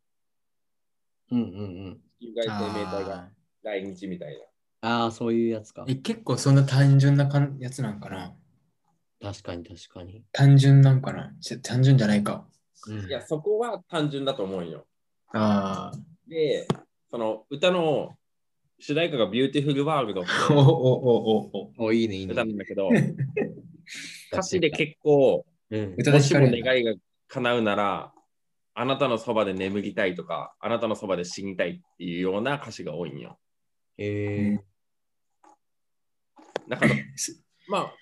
[SPEAKER 1] うんうんうん。
[SPEAKER 3] 有害生命体が
[SPEAKER 2] あ
[SPEAKER 3] 来日みたいな。
[SPEAKER 1] ああ、そういうやつか
[SPEAKER 2] ーえ。結構そんな単純なかんやつなんかな
[SPEAKER 1] 確かに確かに。
[SPEAKER 2] 単純なんかなちょ単純じゃないか。
[SPEAKER 1] うん
[SPEAKER 3] いや、そこは単純だと思うよ。
[SPEAKER 2] ああ。
[SPEAKER 3] で、その歌の主題歌がビューティフルワールドって
[SPEAKER 2] おおおおお。
[SPEAKER 1] お、いいね、いいね
[SPEAKER 3] 歌な。んだけど、歌詞で結構、
[SPEAKER 1] うん。
[SPEAKER 2] 歌
[SPEAKER 3] も
[SPEAKER 2] で
[SPEAKER 3] し
[SPEAKER 2] 叱
[SPEAKER 3] も
[SPEAKER 2] るんだ
[SPEAKER 3] 願いが叶うなら、あなたのそばで眠りたいとか、あなたのそばで死にたいっていうような歌詞が多いんよ。
[SPEAKER 1] え
[SPEAKER 3] だから、まあ、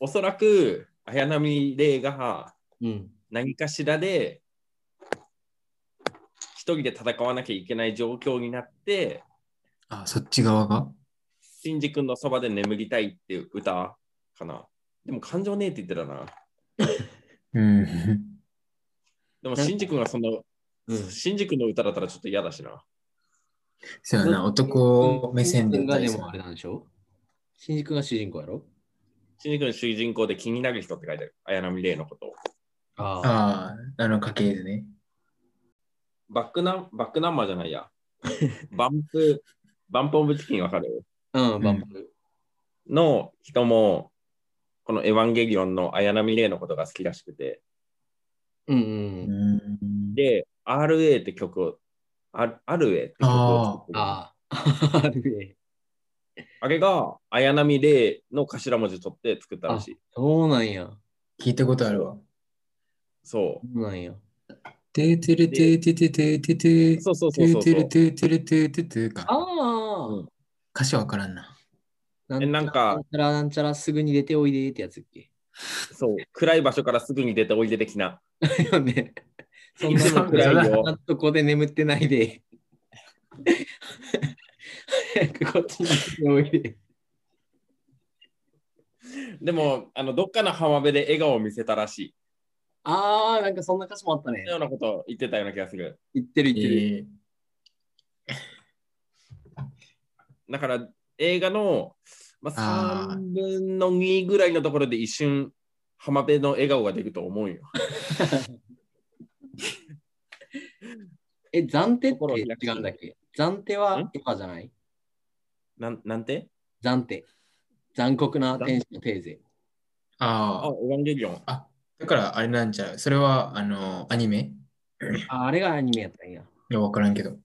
[SPEAKER 3] おそらく、綾波レイが
[SPEAKER 1] ー、うん。
[SPEAKER 3] 何かしらで、一人で戦わなきゃいけない状況になって、
[SPEAKER 2] あ、そっち側が
[SPEAKER 3] シンジ君のそばで眠りたいっていう歌かな。でも感情ねえって言ってたな。
[SPEAKER 2] うん。
[SPEAKER 3] でもシンジ君がその、
[SPEAKER 1] うん
[SPEAKER 3] シンジ君の歌だったらちょっと嫌だしな。
[SPEAKER 2] <laughs> そうやな、男目線で
[SPEAKER 1] 新宿が
[SPEAKER 2] 歌い
[SPEAKER 1] で
[SPEAKER 2] そう
[SPEAKER 1] もあれなんでしょ新宿が主人公やろ
[SPEAKER 3] シンジ君主人公で気になる人って書いてある。綾波レイのことを。
[SPEAKER 1] ああ。
[SPEAKER 2] ああ、あの家系でね。
[SPEAKER 3] バックナン、バックナンバーじゃないや。バンプ、バンプオブチキンわかる
[SPEAKER 1] うん、バンプ。
[SPEAKER 3] の人も、このエヴァンゲリオンの綾波レイのことが好きらしくて、
[SPEAKER 1] うん
[SPEAKER 2] う
[SPEAKER 1] うん。
[SPEAKER 2] ん。
[SPEAKER 3] で、RA って曲を、あ RA って曲を作ってるあ
[SPEAKER 1] あ <laughs> あ。あるね。
[SPEAKER 3] れが綾波レイの頭文字取って作ったらしい。
[SPEAKER 1] そうなんや。
[SPEAKER 2] 聞いたことあるわ。
[SPEAKER 3] そ
[SPEAKER 1] そうなんや。
[SPEAKER 2] てーてれてーててててて
[SPEAKER 3] う。そうそう
[SPEAKER 2] て
[SPEAKER 3] そうそ
[SPEAKER 2] ー
[SPEAKER 3] う
[SPEAKER 2] て
[SPEAKER 3] そ
[SPEAKER 2] れ
[SPEAKER 3] う。
[SPEAKER 2] てーてれてーててか。
[SPEAKER 1] ああ。
[SPEAKER 2] 歌詞わからんな。
[SPEAKER 1] な
[SPEAKER 3] えなんか
[SPEAKER 1] なんちゃらなんちゃらすぐに出ておいでってやつっけ。 <laughs>
[SPEAKER 3] そう暗い場所からすぐに出ておいで的な。
[SPEAKER 1] よね。そん
[SPEAKER 3] いつも暗いよ。
[SPEAKER 1] なとこで眠ってないで。早くこっちに出ておいで。
[SPEAKER 3] でも、あのどっかの浜辺で笑顔を見せたらし
[SPEAKER 1] ああ、なんかそんな歌詞もあったね
[SPEAKER 3] い。。ようなことを言ってたような気がする。
[SPEAKER 1] 言ってる
[SPEAKER 2] え
[SPEAKER 1] 言ってる。
[SPEAKER 2] ー
[SPEAKER 3] だから映画の、まあ、
[SPEAKER 2] あー
[SPEAKER 3] 3分の2ぐらいのところで一瞬浜辺の笑顔が出ると思うよ。
[SPEAKER 1] え、暫定っ
[SPEAKER 3] 心を開く
[SPEAKER 1] て違うんだっけ暫定は
[SPEAKER 3] ん
[SPEAKER 1] エヴァじゃない
[SPEAKER 3] なんなんて
[SPEAKER 1] 暫定。残酷な天使のテーゼ。
[SPEAKER 3] あ、
[SPEAKER 2] あ
[SPEAKER 3] エヴァンゲリオン。
[SPEAKER 2] あ。あ、だからあれなんちゃう。それは、あの、アニメ
[SPEAKER 1] ああれがアニメやったんや。
[SPEAKER 2] いや、わからんけど。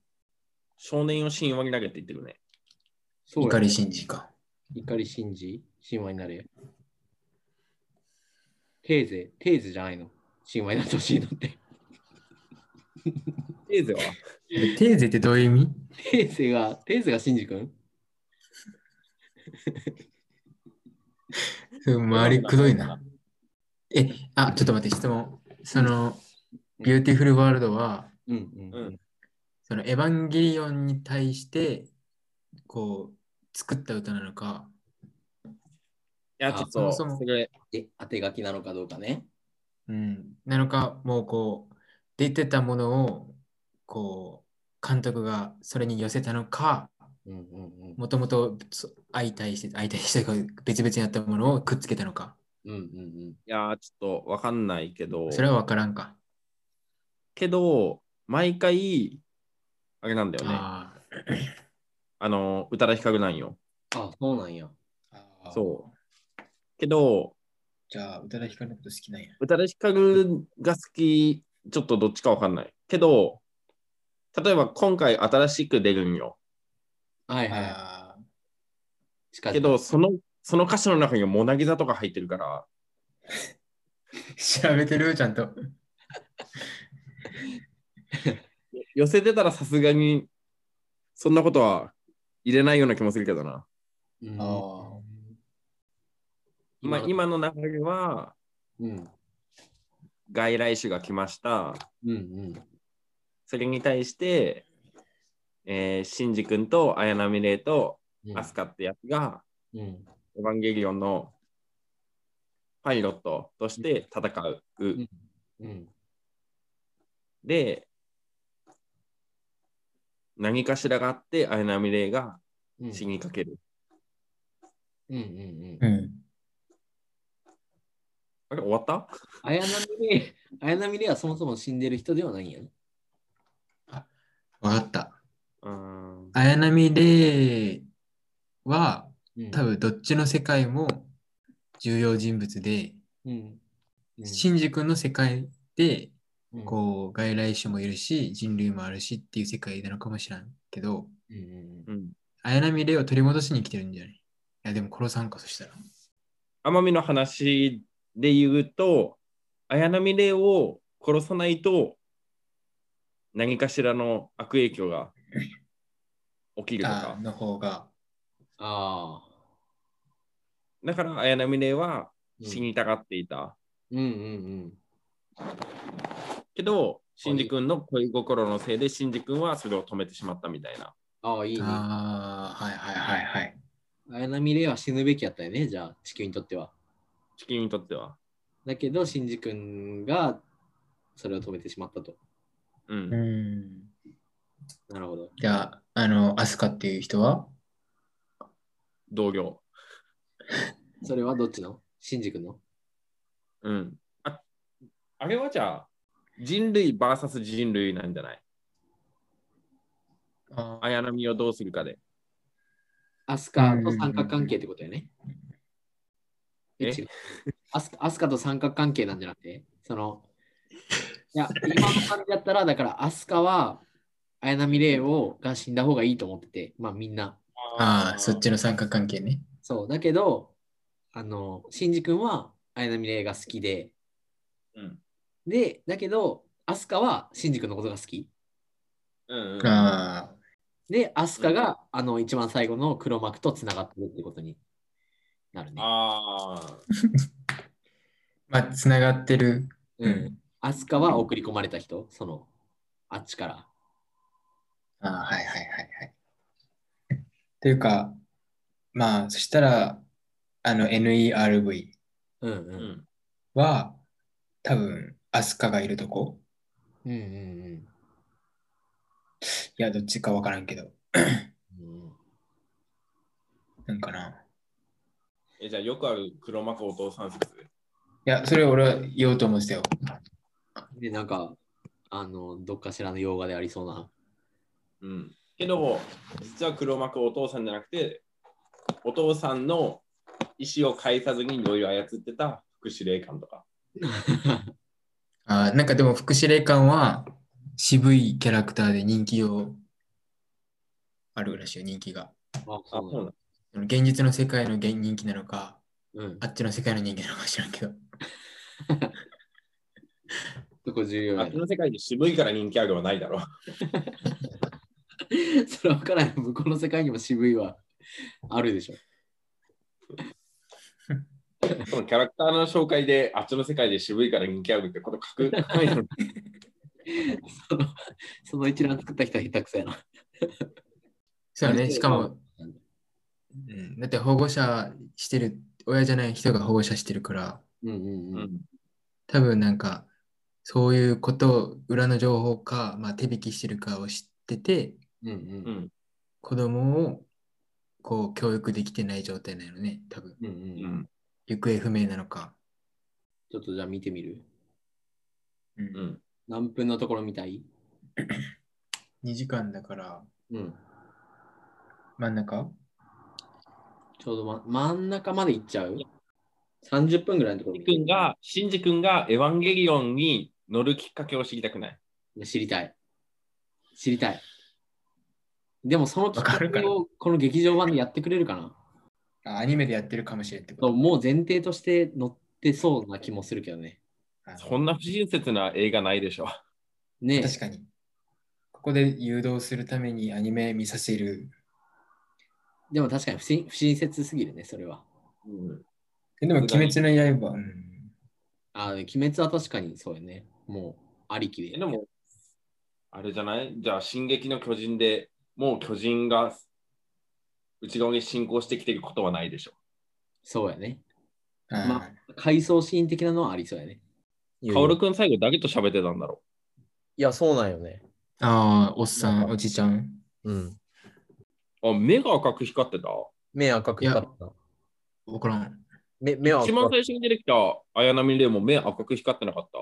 [SPEAKER 3] 少年を神話に投げって言ってるね。
[SPEAKER 1] そう
[SPEAKER 2] 怒
[SPEAKER 1] や
[SPEAKER 2] り信じか。
[SPEAKER 1] 怒り信じ、神話になれ。テーゼ、テーゼじゃないの。神話になってほしいのって。
[SPEAKER 3] テーゼは
[SPEAKER 2] えテーゼってどういう意味
[SPEAKER 1] テーゼが、テーゼがシンジ君
[SPEAKER 2] 周りくどいな。え、あ、ちょっと待って、質問。その、ビューティフルワールドは、
[SPEAKER 1] うんうん
[SPEAKER 4] う
[SPEAKER 1] うんん。
[SPEAKER 2] そのエヴァンゲリオンに対して、こう、作った歌なのか、
[SPEAKER 3] いや、ちょっ
[SPEAKER 2] あそ
[SPEAKER 3] と、
[SPEAKER 2] も
[SPEAKER 3] そ
[SPEAKER 2] そも
[SPEAKER 3] れ、
[SPEAKER 1] え、当て書きなのかどうかね。
[SPEAKER 2] うん、なのか、もうこう、出てたものを、こう、監督がそれに寄せたのか、
[SPEAKER 1] うんうん
[SPEAKER 2] もともとそ相対して、相対してこう別々にあったものをくっつけたのか、
[SPEAKER 1] うん。うんうん
[SPEAKER 3] いや、ちょっとわかんないけど、
[SPEAKER 2] それは分からんか。
[SPEAKER 3] けど、毎回、あれなんだよね。あ
[SPEAKER 2] あ
[SPEAKER 3] の、宇多田ヒカルなんよ。
[SPEAKER 1] あ、そうなんや。
[SPEAKER 2] あ。う。
[SPEAKER 3] そう。けど、
[SPEAKER 2] じゃあ、宇多田ヒカルのこと好きなんや。
[SPEAKER 3] 宇多田ヒカルが好き、ちょっとどっちかわかんない。けど、例えば今回新しく出るんよ。
[SPEAKER 1] はいは
[SPEAKER 2] ああ。
[SPEAKER 1] い。しか
[SPEAKER 3] けど、その、その歌詞の中にモナギザとか入ってるから、
[SPEAKER 2] 調べてるちゃんと。
[SPEAKER 3] 寄せてたらさすがに、そんなことは入れないような気もするけどな。
[SPEAKER 1] うん
[SPEAKER 2] あ
[SPEAKER 3] まあ、
[SPEAKER 1] 今、
[SPEAKER 3] 今の流れは、
[SPEAKER 1] うん。うん
[SPEAKER 3] 外来種が来ました。
[SPEAKER 1] うん。
[SPEAKER 3] それに対して、えー、シンジ君と綾波レイと
[SPEAKER 1] うん
[SPEAKER 3] アスカってやつが、
[SPEAKER 1] うん。
[SPEAKER 3] エヴァンゲリオンのパイロットとして戦う。
[SPEAKER 1] んうん。
[SPEAKER 3] で、何かしらがあって、綾波レイが
[SPEAKER 1] うん
[SPEAKER 3] 死にかける。
[SPEAKER 1] うんうんう。
[SPEAKER 2] うんん。
[SPEAKER 3] あれ、終わった
[SPEAKER 1] 綾波レイ、綾波レイはそもそも死んでる人ではないんやね。
[SPEAKER 2] 分かった。
[SPEAKER 3] うーん。
[SPEAKER 2] 綾波レイは、
[SPEAKER 1] うん
[SPEAKER 2] 多。分どっちの世界も重要人物で、
[SPEAKER 1] うん。うん
[SPEAKER 2] シンジ君の世界で、
[SPEAKER 1] うん
[SPEAKER 2] こう、外来種もいるし、人類もあるしっていう世界なのかもしらんけど、
[SPEAKER 1] うんうん
[SPEAKER 3] うん、
[SPEAKER 2] 綾波レイを取り戻しに来てるんじゃないいや、でも殺さんか、そしたら。
[SPEAKER 3] 奄美の話で言うと、綾波レイを殺さないと、何かしらの悪影響が起きると
[SPEAKER 2] あ
[SPEAKER 3] か
[SPEAKER 2] ー。の方が。
[SPEAKER 1] ああ。
[SPEAKER 3] だから、綾波レイは
[SPEAKER 1] うん
[SPEAKER 3] 死にたがっていた。
[SPEAKER 1] うんうん
[SPEAKER 3] けど、シンジ君の恋心のせいで、シンジ君はそれを止めてしまったみたいな。
[SPEAKER 1] うん。ああ、いいね。
[SPEAKER 2] ああ、はいはいはいはい。
[SPEAKER 1] 綾波レイは死ぬべきやったよね、じゃあ、地球にとっては。
[SPEAKER 3] 地球にとっては。
[SPEAKER 1] だけど、シンジ君がそれを止めてしまったと。
[SPEAKER 3] うん
[SPEAKER 2] う。ん。
[SPEAKER 1] なるほど。
[SPEAKER 2] じゃあ、あの、アスカっていう人は
[SPEAKER 3] 同僚。
[SPEAKER 1] それはどっちのシンジ君の
[SPEAKER 3] うん。ああれはじゃあ、人類 VS 人類なんじゃない
[SPEAKER 2] あー
[SPEAKER 3] 綾波をどうするかで。
[SPEAKER 1] アスカと三角関係ってことやね。
[SPEAKER 3] え
[SPEAKER 1] 違うアスカアスカと三角関係なんじゃなくて、その、いや、今の感じだったら、だから、アスカは、綾波レイをが死んだ方がいいと思ってて、まあみんな。
[SPEAKER 2] あー、そっちの三角関係ね。
[SPEAKER 1] そう、だけど、あの、シンジ君は綾波レイが好きで、
[SPEAKER 3] うん。
[SPEAKER 1] で、だけど、アスカはシンジ君のことが好き。
[SPEAKER 3] うんうん、
[SPEAKER 2] ああ、
[SPEAKER 1] で、アスカが、あの一番最後の黒幕とつながってるってことになるね。
[SPEAKER 3] あ
[SPEAKER 2] まあ、つながってる。
[SPEAKER 1] うん。アスカは送り込まれた人、その、あっちから。
[SPEAKER 2] ああ、はいはいはいはい。というか、まあ、そしたら、あの NERV
[SPEAKER 1] うんう。
[SPEAKER 3] ーうんん。
[SPEAKER 2] は、多分、アスカがいるとこ
[SPEAKER 1] うんうん
[SPEAKER 2] いや、どっちかわからんけど、
[SPEAKER 1] うん。
[SPEAKER 2] なんかな。
[SPEAKER 3] えじゃあ、よくある黒幕お父さん説。
[SPEAKER 2] いや、それ俺は言おうと思ってたよ。
[SPEAKER 1] うんで、なんか、あの、どっかしらの洋画でありそう <laughs> な。
[SPEAKER 3] うん。けど、実は黒幕お父さんじゃなくて、お父さんの意思を介さずにいろいろ操ってた副司令官とか。
[SPEAKER 2] ああ、なんかでも、副司令官は、渋いキャラクターで人気を、あるらしいよ、人気が。
[SPEAKER 1] あ、そ
[SPEAKER 3] あ、そうな
[SPEAKER 1] う
[SPEAKER 3] の
[SPEAKER 2] その現実の世界の現人気なのか、
[SPEAKER 1] なのうん。
[SPEAKER 2] あっちの世界の人気なのか知らんけど。
[SPEAKER 1] そこ重要
[SPEAKER 3] あ
[SPEAKER 1] や
[SPEAKER 3] っ
[SPEAKER 1] ね
[SPEAKER 3] ちの世界で渋いから人気あるはないだろう。
[SPEAKER 1] それは分からない。向こうの世界にも渋いはあるでしょ。
[SPEAKER 5] そのキャラクターの紹介で、あっちの世界で渋いから人気あるってこと書く書かないの
[SPEAKER 1] そのその一覧作った人は下手くそやな。
[SPEAKER 2] そうだ
[SPEAKER 1] ある程
[SPEAKER 2] ね、
[SPEAKER 1] 度
[SPEAKER 2] しかも、うん、だって保護者してる、親じゃない人が保護者してるから、
[SPEAKER 1] うんうんうん。
[SPEAKER 2] 多分なんか、そういうこと、裏の情報か、まあ、手引きしてるかを知ってて、
[SPEAKER 1] うんうんうん
[SPEAKER 2] 子供をこう教育できてない状態なのね、多分。
[SPEAKER 1] うんうんうん。
[SPEAKER 2] 行方不明なのか。
[SPEAKER 1] ちょっとじゃあ見てみる。
[SPEAKER 2] う、
[SPEAKER 3] うんん
[SPEAKER 1] 何分のところ見たい
[SPEAKER 2] 2時間だから、
[SPEAKER 1] うん。
[SPEAKER 2] 真ん中
[SPEAKER 1] ちょうど、ま、真ん中まで行っちゃう ?30 分ぐらいのところ
[SPEAKER 3] シンジ君が、シンジ君がエヴァンゲリオンに乗るきっかけを知りたくない。
[SPEAKER 1] 知りたい。知りたい。でもそのきっか
[SPEAKER 2] わかるか
[SPEAKER 1] け
[SPEAKER 2] な
[SPEAKER 1] をこの劇場版でやってくれるかな
[SPEAKER 2] あアニメでやってるかもしれんってこ
[SPEAKER 1] そう
[SPEAKER 2] と。
[SPEAKER 1] もう前提として乗ってそうな気もするけどね。
[SPEAKER 2] あ
[SPEAKER 3] そんな不親切な映画ないでしょ。
[SPEAKER 1] ねえ
[SPEAKER 2] 確かに。ここで誘導するためにアニメ見させる。
[SPEAKER 1] でも確かに不親不親切すぎるね、それは。
[SPEAKER 2] えでも、鬼滅の刃、うん、
[SPEAKER 1] あ鬼滅は確かにそうよね。もうありき
[SPEAKER 3] え
[SPEAKER 1] で。
[SPEAKER 3] でも、あれじゃないじゃあ、進撃の巨人でもう巨人が内側に進行してきてることはないでしょ。
[SPEAKER 1] そうやね。
[SPEAKER 2] あー
[SPEAKER 1] ま回想シーン的なのはありそうやね。
[SPEAKER 3] カオル君最後誰と喋ってたんだろ
[SPEAKER 1] いや、そうなんよね。
[SPEAKER 2] ああ、おっさ
[SPEAKER 1] なん
[SPEAKER 2] ん、
[SPEAKER 1] か
[SPEAKER 2] おじちゃん。
[SPEAKER 1] うん。
[SPEAKER 3] うあ、目が赤く光ってた。
[SPEAKER 1] 目赤く
[SPEAKER 2] 光
[SPEAKER 1] った。
[SPEAKER 2] わからん。
[SPEAKER 1] 目目
[SPEAKER 3] 一番最初に出てきた綾波レイも目赤く光ってなかった。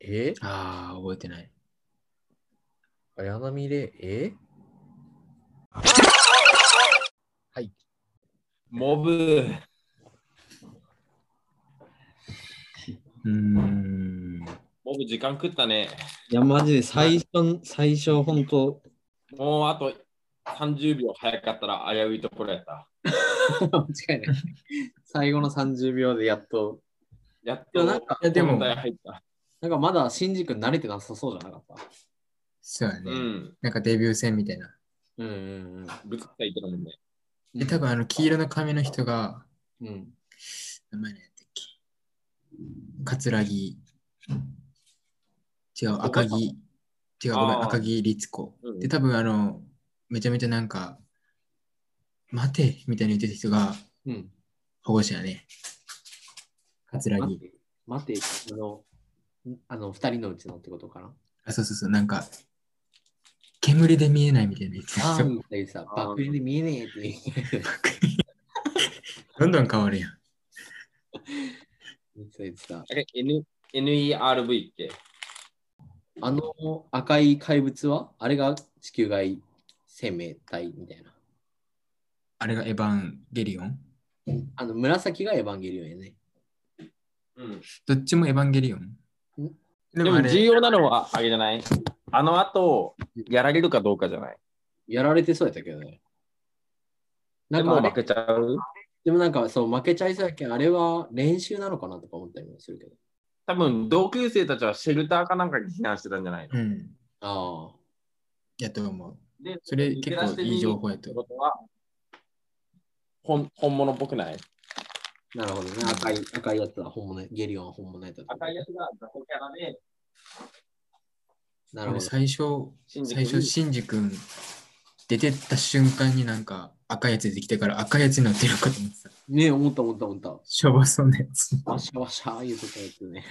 [SPEAKER 1] え
[SPEAKER 2] ああ、覚えてない。
[SPEAKER 1] 綾波レイ、えはい。
[SPEAKER 3] モブ。
[SPEAKER 2] うーん。
[SPEAKER 3] モブ時間食ったね。
[SPEAKER 1] いや、マジで最初、最初、本当
[SPEAKER 3] もうあと30秒早かったら危ういところやった。
[SPEAKER 1] <laughs> 間違いない。最後の30秒でやっと。
[SPEAKER 3] やっ
[SPEAKER 1] いや、
[SPEAKER 3] と
[SPEAKER 1] なんか、
[SPEAKER 2] いや、でも
[SPEAKER 3] 本、題入った。
[SPEAKER 1] なんかまだ新次君慣れてなさそうじゃなかった。
[SPEAKER 2] そうや
[SPEAKER 3] う
[SPEAKER 2] ね。
[SPEAKER 3] ん。
[SPEAKER 2] なんかデビュー戦みたいな。
[SPEAKER 1] うんうん
[SPEAKER 3] ぶつかっていたもんね。
[SPEAKER 1] うん。
[SPEAKER 2] で、多分あの、黄色の髪の人が、
[SPEAKER 1] うん。
[SPEAKER 2] 名前何やったっけ桂木。違う、赤木。違う、ごめ
[SPEAKER 3] あ
[SPEAKER 2] ん、
[SPEAKER 3] ー
[SPEAKER 2] 赤木律子
[SPEAKER 3] う。ん
[SPEAKER 2] で、多分あの、めちゃめちゃなんか、待てみたいに言ってた人が
[SPEAKER 1] うん。
[SPEAKER 2] 保護者やね。桂
[SPEAKER 1] 待
[SPEAKER 2] 木
[SPEAKER 1] っ。て、待て、あの、あの、二人のうちのってことか
[SPEAKER 3] <laughs>
[SPEAKER 1] な。
[SPEAKER 2] あ、そうそうそう、なんか、煙で見えないみたいなやつ。
[SPEAKER 1] あーみたいにさ、
[SPEAKER 3] あー
[SPEAKER 1] 爆炎で見えねえって言って
[SPEAKER 2] どんどん変わるやん。
[SPEAKER 1] 言ってた。
[SPEAKER 3] あれ、N、NERV って。
[SPEAKER 1] あの赤い怪物はあれが地球外生命体みたいな。
[SPEAKER 2] あれがエヴァンゲリオン
[SPEAKER 1] あの紫がエヴァンゲリオンやね。
[SPEAKER 3] うん。
[SPEAKER 2] どっちもエヴァンゲリオンで
[SPEAKER 3] で
[SPEAKER 2] もあ
[SPEAKER 3] も重
[SPEAKER 2] れ、
[SPEAKER 3] 要なのはあれじゃないあの後、やられるかどうかじゃない。
[SPEAKER 1] やられてそうやったけどね。な
[SPEAKER 3] で
[SPEAKER 1] んか
[SPEAKER 3] も
[SPEAKER 1] あれ
[SPEAKER 3] 負けちゃう
[SPEAKER 1] でもなんかそう負けちゃいそうやけん、あれは練習なのかなとか思ったりもするけど。
[SPEAKER 3] 多分、同級生たちはシェルターかなんかに避難してたんじゃないの
[SPEAKER 2] うん、
[SPEAKER 1] ああ。
[SPEAKER 2] やと思う。
[SPEAKER 3] で、
[SPEAKER 2] それ結構いい情報やと
[SPEAKER 3] って
[SPEAKER 2] 思う。
[SPEAKER 3] ことは、本本物っぽくない
[SPEAKER 1] なるほどね。赤い赤いやつは本物や、ゲリオンは本物やったと。
[SPEAKER 3] 赤いやつが雑魚キャラで、
[SPEAKER 1] なるほど。
[SPEAKER 2] 俺最初、
[SPEAKER 3] 新宿
[SPEAKER 2] 最
[SPEAKER 3] に
[SPEAKER 2] 初、シンジ君出てった瞬間になんか赤いやつ出てきたから赤いやつになってるのかと思ってた。
[SPEAKER 1] ねえ、思った思った思った。
[SPEAKER 2] しょぼそうなやつ。
[SPEAKER 1] わしゃわしゃ言うとったやつね。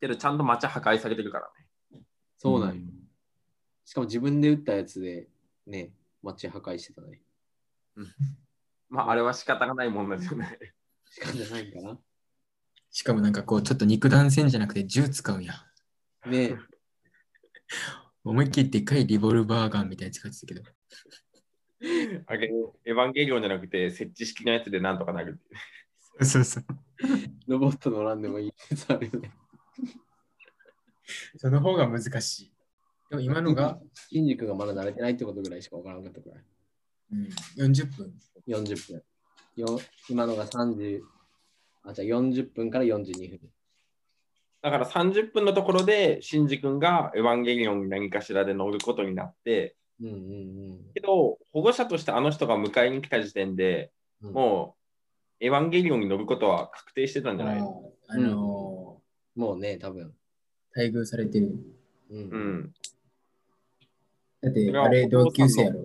[SPEAKER 3] けどちゃんと街破壊されてるからね。
[SPEAKER 1] そうなんよ。しかも自分で撃ったやつでね、街破壊してたね。
[SPEAKER 3] まあ、あれは仕方がないもんなんですよね。
[SPEAKER 1] しかじゃないんかな。
[SPEAKER 2] しかもなんかこう、ちょっと肉弾戦じゃなくて銃使うんや。
[SPEAKER 1] ね <laughs> え、
[SPEAKER 2] 思いっきりでかいリボルバーガンみたいなやつ買ってたけど。
[SPEAKER 3] あれ、エヴァンゲリオンじゃなくて、設置式のやつでなんとかなる。
[SPEAKER 2] そうそう。
[SPEAKER 1] ロボット乗らんでもいいやつあるよね。
[SPEAKER 2] その方が難しい。でも今のが、
[SPEAKER 1] 新宿がまだ慣れてないってことぐらいしかわからなかったくらい。
[SPEAKER 2] うん、40分。
[SPEAKER 1] 40分。よ今のが30、あ、じゃあ40分から42分。
[SPEAKER 3] だから30分のところで、シンジ君がエヴァンゲリオンに何かしらで乗ることになって、
[SPEAKER 1] うんうんうん。
[SPEAKER 3] けど、保護者としてあの人が迎えに来た時点で、
[SPEAKER 1] うん
[SPEAKER 3] もう、エヴァンゲリオンに乗ることは確定してたんじゃないの
[SPEAKER 2] あの
[SPEAKER 1] もうね、多分。
[SPEAKER 2] ー、待遇されてる。
[SPEAKER 1] う。
[SPEAKER 3] うんん。
[SPEAKER 2] だって、あれ、同級生やろ。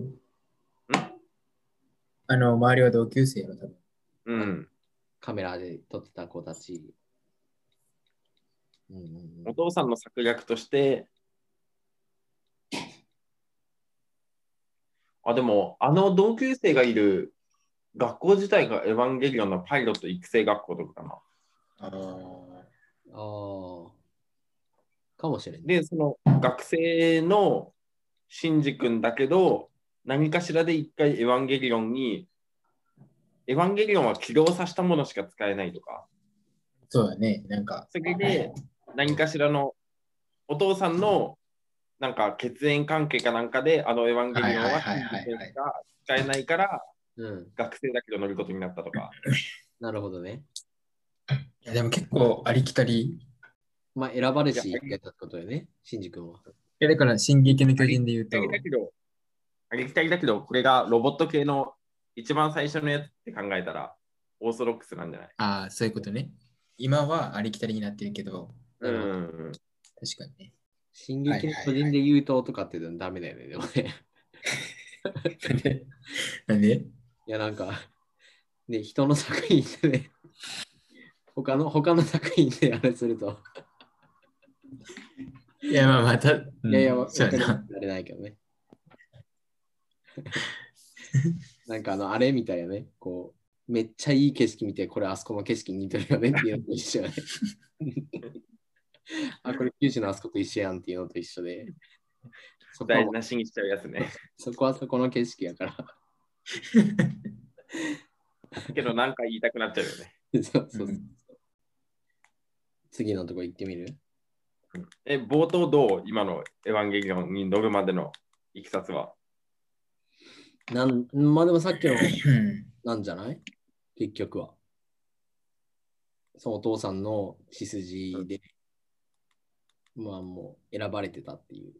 [SPEAKER 2] あの、周りは同級生やろ、多分。
[SPEAKER 3] うん。
[SPEAKER 1] カメラで撮ってた子たち。うんうんう
[SPEAKER 3] お
[SPEAKER 1] ん、
[SPEAKER 3] 父さんの策略として、あ、でも、あの同級生がいる学校自体がエヴァンゲリオンのパイロット育成学校とかかな。
[SPEAKER 2] ああ。
[SPEAKER 1] ああ。かもしれない。
[SPEAKER 3] で、その学生のシンジ君だけど、何かしらで一回エヴァンゲリオンに、エヴァンゲリオンは起動させたものしか使えないとか、
[SPEAKER 2] そうだね、なんか。
[SPEAKER 3] それで何かしらのお父さんのなんか血縁関係かなんかで、あのエヴァンゲリオンはシンジ君が使えないから、
[SPEAKER 1] うん。
[SPEAKER 3] 学生だけど乗ることになったとか、
[SPEAKER 1] なるほどね。
[SPEAKER 2] いや、でも結構ありきたり。
[SPEAKER 1] まあ、選ばれしやったってことよね、シンジ君は。
[SPEAKER 2] いや、だから、進撃の巨人で言うと
[SPEAKER 3] あり、きたりだけど、ありきたりだけど、これがロボット系の一番最初のやつって考えたら、オーソドックスなんじゃない
[SPEAKER 2] ああ、そういうことね。今はありきたりになってるけど、
[SPEAKER 1] なるほど
[SPEAKER 3] ん。
[SPEAKER 2] 確かにね。
[SPEAKER 1] 進撃の巨人で言うととかって言うのダメだよね、でもね。 <laughs>
[SPEAKER 2] なんで <laughs> なんで
[SPEAKER 1] いや、なんか、ね、人の作品でね、他の、他の作品であれすると、
[SPEAKER 2] いや、まあ、また、うん
[SPEAKER 1] いやいや、わ
[SPEAKER 2] そう
[SPEAKER 1] か
[SPEAKER 2] や
[SPEAKER 1] ん
[SPEAKER 2] な。
[SPEAKER 1] なれないけどね。 <laughs> なんかあの、あれみたいよね、こう、めっちゃいい景色見て、これあそこの景色に似てるよねっていうのと一緒
[SPEAKER 2] <laughs>
[SPEAKER 1] よね。あ、これ九州のあそこと一緒やんっていうのと一緒で、そこは
[SPEAKER 3] 台無しにしちゃうやつね。 <laughs>
[SPEAKER 1] そこはそこの景色やから。 <laughs>
[SPEAKER 3] けどなんか言いたくなっちゃうよね。
[SPEAKER 1] そうそうそう
[SPEAKER 2] うん
[SPEAKER 1] 次のとこ行ってみる
[SPEAKER 3] え、冒頭どう今のエヴァンゲリオンに乗るまでのいきさつは。
[SPEAKER 1] なんまあでもさっきの
[SPEAKER 2] うん
[SPEAKER 1] なんじゃない結局は。そのお父さんの血筋で、まあもう選ばれてたっていう。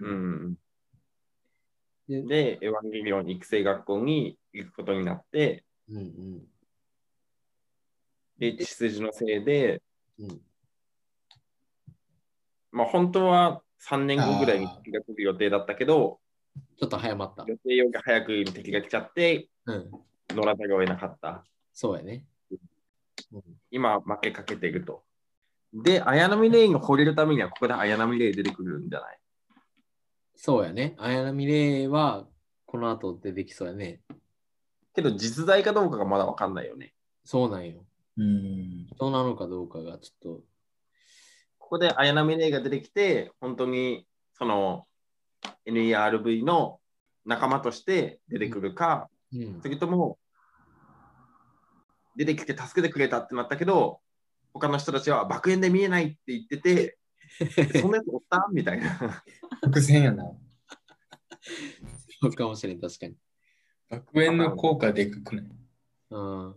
[SPEAKER 3] うん。
[SPEAKER 1] で、
[SPEAKER 3] で、エヴァンゲリオン育成学校に行くことになって、
[SPEAKER 1] うんうん
[SPEAKER 3] で、血筋のせいで、
[SPEAKER 1] うん
[SPEAKER 3] まあ本当は3年後ぐらいに敵が来る予定だったけど、
[SPEAKER 1] ちょっと早まった。
[SPEAKER 3] 予定より早くに敵が来ちゃって、
[SPEAKER 1] うん。
[SPEAKER 3] 乗らざるを得なかった。
[SPEAKER 1] そうやね。
[SPEAKER 3] 今、負けかけていると。で、綾波レイが惚れるためには、ここで綾波レイ出てくるんじゃない
[SPEAKER 1] そうやね。綾波レイはこの後出てきそうやね。
[SPEAKER 3] けど、実在かどうかがまだわかんないよね。
[SPEAKER 1] そうなんよ。
[SPEAKER 2] うん。
[SPEAKER 1] 人なのかどうかがちょっと。
[SPEAKER 3] ここで綾波レイが出てきて、本当にその NERV の仲間として出てくるか、
[SPEAKER 1] うん
[SPEAKER 3] それとも出てきて助けてくれたってなったけど、他の人たちは爆炎で見えないって言って <laughs> て、そんなやつおったみたいな。
[SPEAKER 2] 伏線やな。
[SPEAKER 1] そうかもしれん、確かに。
[SPEAKER 2] 爆炎の効果でかくない
[SPEAKER 1] うん。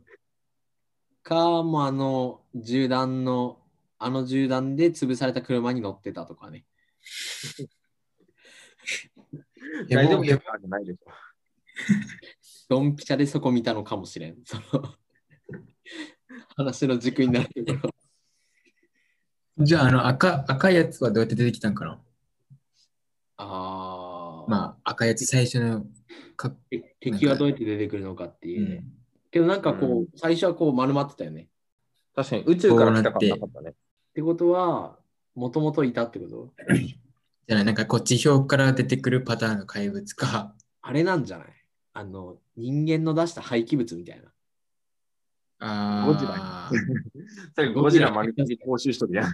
[SPEAKER 1] か、もうあの、銃弾の、あの銃弾で潰された車に乗ってたとかね。
[SPEAKER 3] 大丈夫
[SPEAKER 2] や
[SPEAKER 3] です
[SPEAKER 2] ば
[SPEAKER 3] かじゃないでしょ。
[SPEAKER 1] ドンピシャでそこ見たのかもしれん。その話の軸になるけど。
[SPEAKER 2] じゃあ、あの赤、赤いやつはどうやって出てきたんかな
[SPEAKER 1] <laughs> ああ。あ、
[SPEAKER 2] まあ、赤いやつ最初のか、
[SPEAKER 1] 敵はどうやって出てくるのかって
[SPEAKER 2] う
[SPEAKER 1] いうね。
[SPEAKER 2] ん、
[SPEAKER 1] けどなんかこう、最初はこう丸まってたよね。っ
[SPEAKER 3] 確かに宇宙から来たかなかったね。
[SPEAKER 1] てことは、もともといたってこと
[SPEAKER 2] じゃあ、なんかこう地表から出てくるパターンの怪物か。
[SPEAKER 1] あれなんじゃないあの、人間の出した廃棄物みたいな。
[SPEAKER 2] あ
[SPEAKER 3] ゴジ
[SPEAKER 2] あ。
[SPEAKER 3] それゴジラ丸口報酬しとるやん。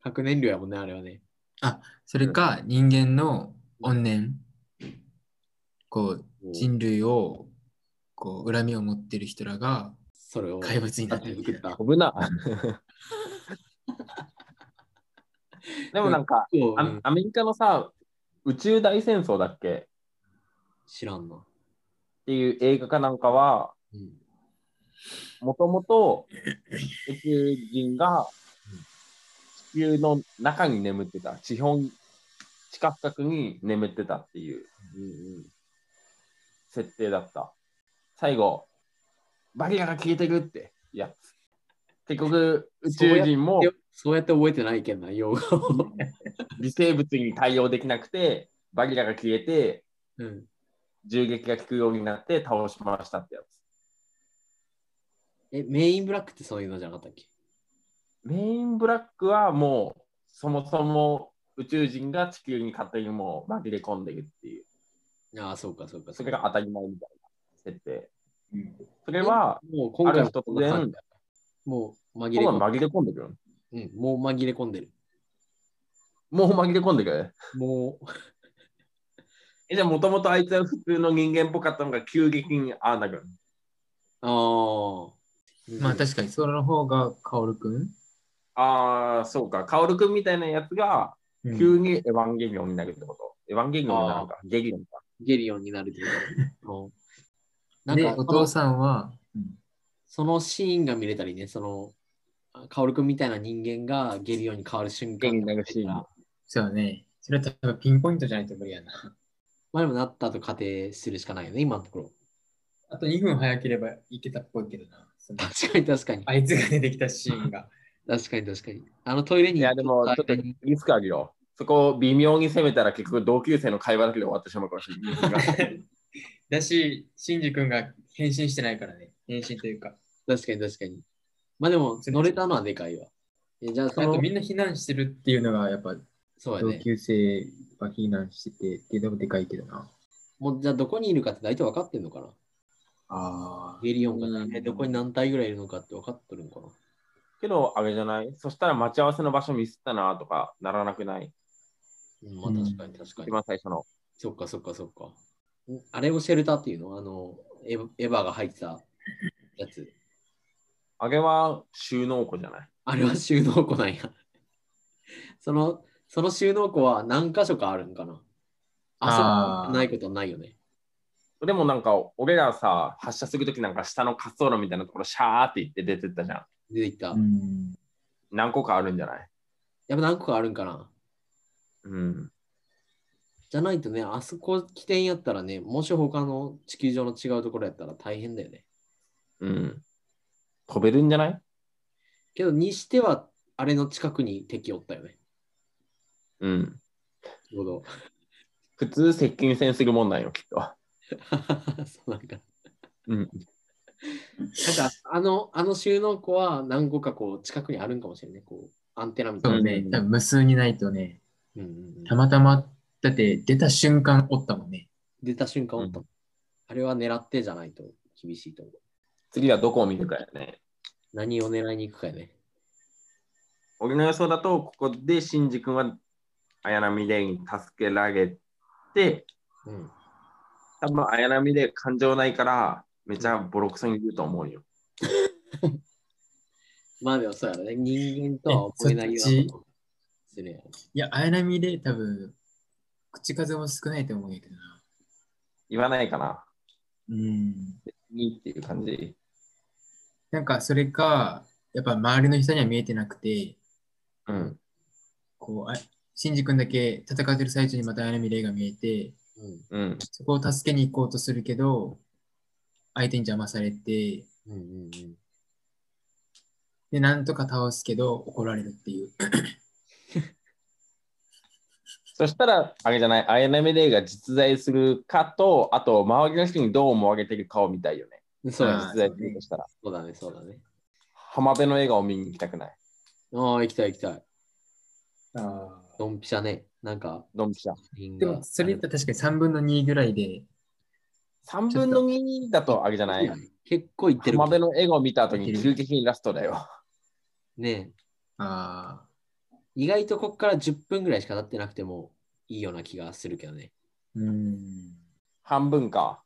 [SPEAKER 1] 核燃料やもんね、あれはね。
[SPEAKER 2] それか、人間の怨念。こう、人類を、こう、恨みを持ってる人らが
[SPEAKER 1] それを。
[SPEAKER 2] 怪物になってるみ
[SPEAKER 1] 作
[SPEAKER 2] たい
[SPEAKER 1] っ
[SPEAKER 2] な。
[SPEAKER 1] た。
[SPEAKER 3] 飛ぶな。 <laughs> でもなんか、
[SPEAKER 1] そうう
[SPEAKER 3] あ
[SPEAKER 1] ん
[SPEAKER 3] アメリカのさ、宇宙大戦争だっけっ
[SPEAKER 1] 知らんな。
[SPEAKER 3] ていう映画かなんかは、
[SPEAKER 1] うん
[SPEAKER 3] もともと宇宙人が地球の中に眠ってた、地表、地下深くに眠ってたっていう設定だった。最後、バリアが消えてるってやつ。結局、宇宙人も
[SPEAKER 1] でそうやって覚えてないけんな、用語を。
[SPEAKER 3] 微生物に対応できなくて、バリアが消えて、
[SPEAKER 1] うん。
[SPEAKER 3] 銃撃が効くようになって倒しましたってやつ。
[SPEAKER 1] <laughs> え、メインブラックってそういうのじゃなかったっけ
[SPEAKER 3] メインブラックはもう、そもそも宇宙人が地球に勝手にもう紛れ込んでるっていう、
[SPEAKER 1] ああ、そうか、そうか。
[SPEAKER 3] それが当たり前みたいな設定。
[SPEAKER 2] うん
[SPEAKER 3] それは、
[SPEAKER 1] もう今回
[SPEAKER 3] ある日突然
[SPEAKER 1] こんな感じだもう紛れ
[SPEAKER 3] 今
[SPEAKER 1] 込んで
[SPEAKER 3] 紛れ込んでるよ。
[SPEAKER 1] る、うん。もう紛れ込んでる。
[SPEAKER 3] もう紛れ込んでる。
[SPEAKER 1] もう、
[SPEAKER 3] え、じゃあもともとあいつは普通の人間っぽかったのが急激にああなる。
[SPEAKER 1] ああ。
[SPEAKER 2] まあ確かにその方が薫くん、
[SPEAKER 3] ああ、そうか。カオル君みたいなやつが
[SPEAKER 2] うん、
[SPEAKER 3] 急にエヴァンゲリオンになるってこと。エヴァンゲリオンになるのか。ゲリオンか。
[SPEAKER 1] ゲリオンになるってことうん <laughs>
[SPEAKER 2] で
[SPEAKER 1] なんか
[SPEAKER 2] お
[SPEAKER 1] その
[SPEAKER 2] 父さんは、
[SPEAKER 1] そのシーンが見れたりね、その、カオル君みたいな人間がゲリオンに変わる瞬間が見れた
[SPEAKER 3] ゲリオンにな
[SPEAKER 1] ら
[SPEAKER 3] る
[SPEAKER 2] そうねそれは多分ピンポイントじゃないと無理やな
[SPEAKER 1] まあでもなったと仮定するしかないよね、今のところ。
[SPEAKER 2] あと2分早ければいけたっぽいけどなその
[SPEAKER 1] <laughs> 確かに確かに。
[SPEAKER 2] あいつが出てきたシーン <laughs> が
[SPEAKER 1] 確かに確かに。あのトイレに
[SPEAKER 3] いや、でもちょっとリスクあるよ。そこを微妙に攻めたら結局同級生の会話だけで終わってしまうかもしれ <laughs> ない。
[SPEAKER 2] だしシンジ君が変身してないからね変身というか
[SPEAKER 1] 確かに確かに。まあでも、乗れたのはでかいわ。えじゃあ
[SPEAKER 2] あ
[SPEAKER 1] そ
[SPEAKER 2] と
[SPEAKER 1] の、
[SPEAKER 2] みんな避難してるっていうのがやっぱ
[SPEAKER 1] そうや
[SPEAKER 2] 同
[SPEAKER 1] ね。
[SPEAKER 2] 級生は避難しててっていうのもでかいけどな
[SPEAKER 1] もうじゃあどこにいるかって大体分かってんのかな
[SPEAKER 2] あ
[SPEAKER 1] ゲリオンが大
[SPEAKER 2] う
[SPEAKER 1] 体
[SPEAKER 2] ん
[SPEAKER 1] どこに何体ぐらいいるのかって分かってるのかな
[SPEAKER 3] けど、あれじゃないそしたら待ち合わせの場所ミスったなとかならなくない
[SPEAKER 1] うん、まあ確かに確か
[SPEAKER 3] 一
[SPEAKER 1] に。
[SPEAKER 3] 番最初の。
[SPEAKER 1] そっかそっかそっか。んあれをシェルターっていうのあのエヴァ、エヴァが入ってたやつ。
[SPEAKER 3] あれは収納庫じゃない
[SPEAKER 1] あれは収納庫なんや。その、その収納庫は何箇所かあるんかなあ
[SPEAKER 2] あー
[SPEAKER 1] そこないことはないよね。
[SPEAKER 3] でもなんか、俺らさ、発射するときなんか下の滑走路みたいなところシャーって行って出てったじゃん。
[SPEAKER 1] 出てきた。
[SPEAKER 2] あうん
[SPEAKER 3] 何個かあるんじゃない
[SPEAKER 1] やっぱ何個かあるんかな
[SPEAKER 3] うん。
[SPEAKER 1] じゃないとね、あそこ起点やったらね、もし他の地球上の違うところやったら大変だよね。
[SPEAKER 3] うん。飛べるんじゃない
[SPEAKER 1] けど、にしては、あれの近くに敵おったよね。
[SPEAKER 3] うん。
[SPEAKER 1] ちょうど。 <laughs>
[SPEAKER 3] 普通接近戦するもんなんよ、きっと。
[SPEAKER 1] そうなんか。
[SPEAKER 3] うん。
[SPEAKER 1] なんか、あの、あの収納庫は何個かこう、近くにあるんかもしれない。こう、アンテナみたい
[SPEAKER 2] そ
[SPEAKER 1] な。
[SPEAKER 2] うね
[SPEAKER 3] うん
[SPEAKER 2] 多分無数にないとね
[SPEAKER 1] うんうんうん
[SPEAKER 2] たまたまだって出た瞬間おったもんね
[SPEAKER 1] 出た瞬間おったもん、あれは狙ってじゃないと厳しいと思う。
[SPEAKER 3] 次はどこを見るかやね。
[SPEAKER 1] 何を狙いに行くかやね。
[SPEAKER 3] 俺の予想だと、ここでシンジ君は綾波レイに助けられて、
[SPEAKER 1] うん。
[SPEAKER 3] 多分綾波レイ感情ないから、めちゃボロクソに言うと思うよ。
[SPEAKER 1] まあでもそうやろね。人間とは思えないようなことをするやろ。
[SPEAKER 2] いや綾波で多分口数も少ないと思うんやけどな
[SPEAKER 3] 言わないかな。
[SPEAKER 2] うん
[SPEAKER 3] いいっていう感じ。
[SPEAKER 2] なんかそれか、やっぱ周りの人には見えてなくて、
[SPEAKER 3] うん。
[SPEAKER 2] こう、あシンジ君だけ戦ってる最中にまた綾波レイが見えて、
[SPEAKER 1] うん。
[SPEAKER 3] うん。
[SPEAKER 2] そこを助けに行こうとするけど、相手に邪魔されて、
[SPEAKER 1] うんうんうん。
[SPEAKER 2] で、なんとか倒すけど怒られるっていう。
[SPEAKER 3] そしたら、あれじゃない、綾波レイが実在するかと、あと、周りの人にどう思われてるかを見たいよね。
[SPEAKER 1] そうや
[SPEAKER 2] あ
[SPEAKER 1] ね
[SPEAKER 2] ー
[SPEAKER 3] 実在するとしたら。
[SPEAKER 1] そうだね、そうだね。
[SPEAKER 3] 浜辺の映画を見に行きたくない。
[SPEAKER 1] ああ、行きたい行きたい。
[SPEAKER 2] あ
[SPEAKER 1] ドンピシャね。なんか、
[SPEAKER 3] ドンピシャ。
[SPEAKER 2] でも、それ言ったら確かに3分の2ぐらいで、
[SPEAKER 3] 3分の2だとあれじゃない。
[SPEAKER 1] 結構行ってる
[SPEAKER 3] 浜。辺の映画を見た後に急激にラストだよ。
[SPEAKER 1] ねえ
[SPEAKER 2] ああ、
[SPEAKER 1] 意外とこっから10分ぐらいしか経ってなくてもいいような気がするけどね。
[SPEAKER 2] うん。
[SPEAKER 3] 半分か。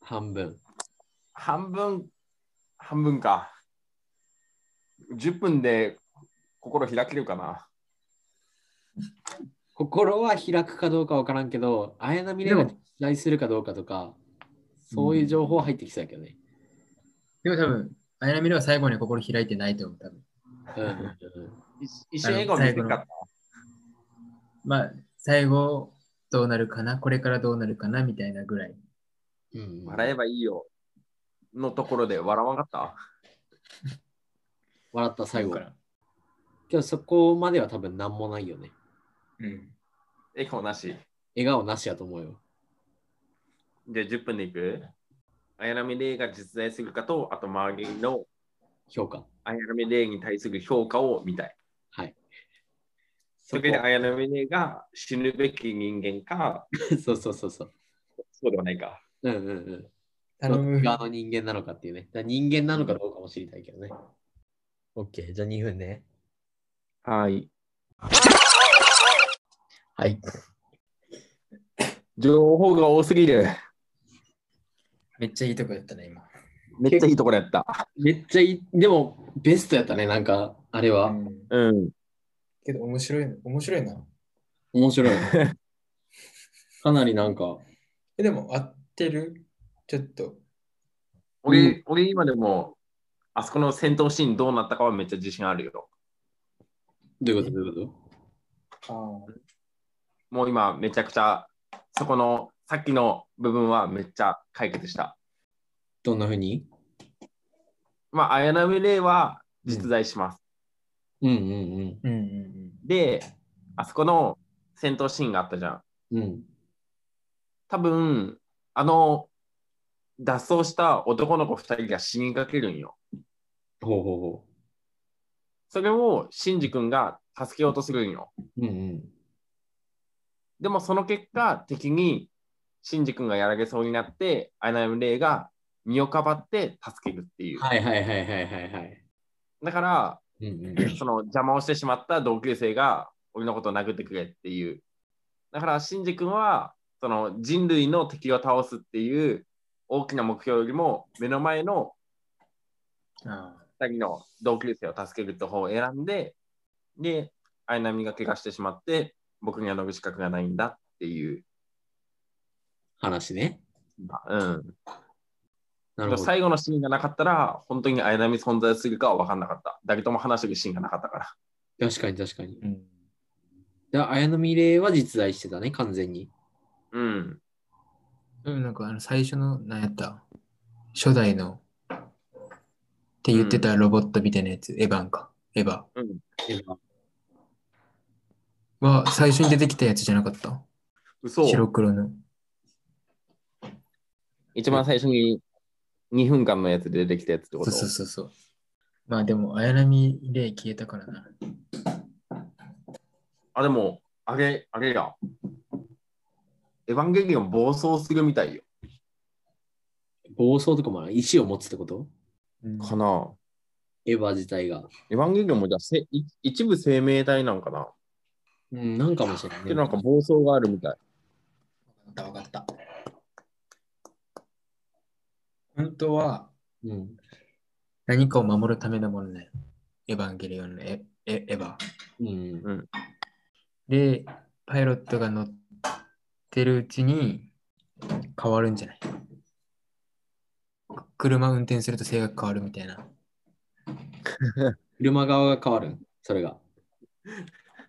[SPEAKER 1] 半分。
[SPEAKER 3] 半分、半分か。10分で心開けるかな。
[SPEAKER 1] 心は開くかどうかわからんけど、綾波レイが
[SPEAKER 2] で
[SPEAKER 1] 実在するかどうかとか、そういう情報入ってきそうやけどね。
[SPEAKER 2] でも多分、綾波レイは最後に心開いてないと思う、多分。
[SPEAKER 1] うんうんうん
[SPEAKER 3] 一一緒に映画を見てるかった。
[SPEAKER 2] まあ、最後、どうなるかな、これからどうなるかな、みたいなぐらい。
[SPEAKER 1] うんうん
[SPEAKER 3] 笑えばいいよ。のところで笑わなかった
[SPEAKER 1] 笑った最後
[SPEAKER 2] か。ら。
[SPEAKER 1] 今日そこまでは多分何もないよね。
[SPEAKER 2] うん。
[SPEAKER 3] 笑顔なし。
[SPEAKER 1] 笑顔なしやと思うよ。
[SPEAKER 3] じゃあ10分でいく綾波レイが実在するかと、あと周りの
[SPEAKER 1] 評価。
[SPEAKER 3] 綾波レイに対する評価を見たい。そ
[SPEAKER 1] そこ
[SPEAKER 3] れで綾波レイが死ぬべき人間か、
[SPEAKER 1] <laughs> そうそうそうそう。
[SPEAKER 3] そうではないか。
[SPEAKER 1] うんうんうん。
[SPEAKER 2] 頼む。
[SPEAKER 1] 側の人間なのかっていうね。だから人間なのかどうかも知りたいけどね。OK、じゃあ2分ね。
[SPEAKER 3] はい。
[SPEAKER 1] はい。
[SPEAKER 3] 情報が多すぎる。
[SPEAKER 2] めっちゃいいとこやったね、今。
[SPEAKER 3] めっちゃいいところやった。
[SPEAKER 1] めっちゃいい。でも、ベストやったね。なんか、あれは。
[SPEAKER 2] うん
[SPEAKER 3] うん。
[SPEAKER 2] けど面白い、面白いな。
[SPEAKER 1] 面白い。 <laughs> かなりなんか、
[SPEAKER 2] え、でも合ってるちょっと。
[SPEAKER 3] 俺、
[SPEAKER 1] うん
[SPEAKER 3] 俺今でも、あそこの戦闘シーンどうなったかはめっちゃ自信あるよ。
[SPEAKER 1] どういうことどういうこと
[SPEAKER 2] ああ。
[SPEAKER 3] もう今めちゃくちゃ、そこのさっきの部分はめっちゃ解決した。
[SPEAKER 1] どんなふうに
[SPEAKER 3] まあ、綾波レイは実在します。
[SPEAKER 1] うんうん
[SPEAKER 2] うんうん
[SPEAKER 3] で、あそこの戦闘シーンがあったじゃん。
[SPEAKER 1] うん。うん。
[SPEAKER 3] 多分、あの、脱走した男の子2人が死にかけるんよ。
[SPEAKER 1] ほうほうほ
[SPEAKER 3] それを、シンジ君が助けようとするんよ。
[SPEAKER 1] う。うんうん。
[SPEAKER 3] でも、その結果、敵に、シンジ君がやられそうになって、アイナムレイが身をかばって助けるっていう。
[SPEAKER 1] はいはいはいはいはいはい。
[SPEAKER 3] だから、
[SPEAKER 1] うん <laughs> うん。
[SPEAKER 3] その邪魔をしてしまった同級生が、俺のことを殴ってくれっていう。だから、シンジ君は、その人類の敵を倒すっていう大きな目標よりも、目の前の
[SPEAKER 2] うん。ああ。
[SPEAKER 3] 2人の同級生を助けるって方を選んで、で、綾波が怪我してしまって、僕には伸び資格がないんだっていう。
[SPEAKER 1] 話ね。
[SPEAKER 3] うん、
[SPEAKER 1] なるほど。
[SPEAKER 3] 最後のシーンがなかったら、本当に綾波存在するかは分かんなかった。誰とも話してるシーンがなかったから。
[SPEAKER 1] 確かに確かに。
[SPEAKER 2] うん。
[SPEAKER 1] だから綾波レイは実在してたね、完全に。
[SPEAKER 3] うん。
[SPEAKER 2] でもなんかあの最初の、なんやった初代の、って言ってたロボットみたいなやつ、エヴァンか。エヴァ
[SPEAKER 1] でも
[SPEAKER 2] は最初に出てきたやつじゃなかった
[SPEAKER 3] 嘘
[SPEAKER 2] 白黒の。
[SPEAKER 3] 一番最初に2分間のやつで出てきたやつって
[SPEAKER 2] そ
[SPEAKER 3] こ
[SPEAKER 2] う
[SPEAKER 3] と
[SPEAKER 2] そうそうそう。まあでも、綾波レイ消えたからな。
[SPEAKER 3] あ、でも、あれ、あれや。エヴァンゲリオン暴走するみたいよ。
[SPEAKER 1] 暴走とかもある石を持つってこと
[SPEAKER 2] うん
[SPEAKER 3] かな
[SPEAKER 1] エヴァ自体が。
[SPEAKER 3] エヴァンゲリオンもじゃあせい一部生命体なんかな
[SPEAKER 1] うん、なんかもしれないね、
[SPEAKER 3] で、なんか暴走があるみたい。
[SPEAKER 2] わかったわかった。本当は
[SPEAKER 1] うん。
[SPEAKER 2] 何かを守るためのものね。エヴァンゲリオンのエエエヴァ。
[SPEAKER 1] うん。
[SPEAKER 2] で、パイロットが乗ってるうちに変わるんじゃない車運転すると性格変わるみたいな。
[SPEAKER 1] 車側が変わる。それが。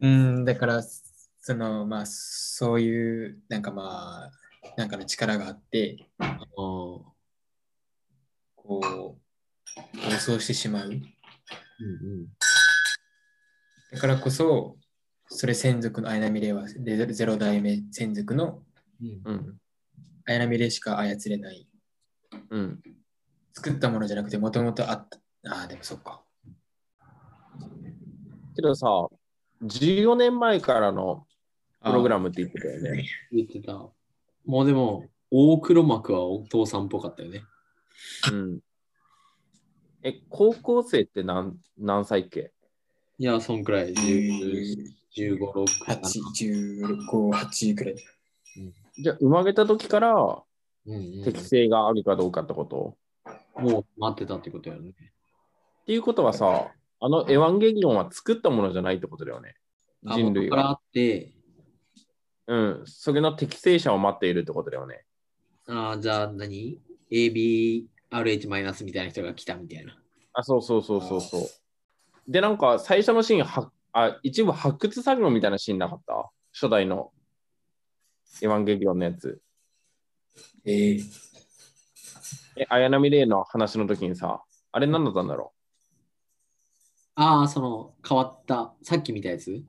[SPEAKER 2] うん、だから、その、まあ、そういう、なんかまあ、なんかの力があって、
[SPEAKER 1] あー
[SPEAKER 2] こう、暴走してしまう。
[SPEAKER 1] うんうん。
[SPEAKER 2] だからこそ、それ専属の綾波レイは、ゼゼロ代目専属の
[SPEAKER 1] うん
[SPEAKER 3] うん。
[SPEAKER 2] 綾波レイしか操れない。
[SPEAKER 3] うん。
[SPEAKER 2] 作ったものじゃなくて、もともとあった。ああ、でもそっか。
[SPEAKER 3] けどさ、14年前からの
[SPEAKER 2] あー
[SPEAKER 3] プログラムって言ってたよね。
[SPEAKER 1] 言ってた。もうでも、大黒幕はお父さんっぽかったよね。
[SPEAKER 3] うん。え、高校生って何何歳っけ
[SPEAKER 1] いや、そんくらい。15、
[SPEAKER 2] 8、
[SPEAKER 1] 6、7。
[SPEAKER 2] 15、8くらい。
[SPEAKER 3] じゃあ、生まれた時から
[SPEAKER 1] うんうん
[SPEAKER 3] 適性があるかどうかってこと、
[SPEAKER 1] もう待ってたってことやね。
[SPEAKER 3] っていうことはさ、あのエヴァンゲリオンは作ったものじゃないってことだよね。人類
[SPEAKER 1] あ元からあ
[SPEAKER 3] は。
[SPEAKER 1] って、
[SPEAKER 3] うん。それの適正者を待っているってことだよね。
[SPEAKER 1] あーじゃあ何 ?ABRH マイナスみたいな人が来たみたいな。
[SPEAKER 3] あ、そうそうそうそうそう。で、なんか最初のシーンはあ、一部発掘作業みたいなシーンなかった初代のエヴァンゲリオンのやつ。
[SPEAKER 2] ええ
[SPEAKER 6] え綾波レイの話の時にさ、あれ何だったんだろ
[SPEAKER 1] ああ、その変わった、さっき見たやつ
[SPEAKER 6] う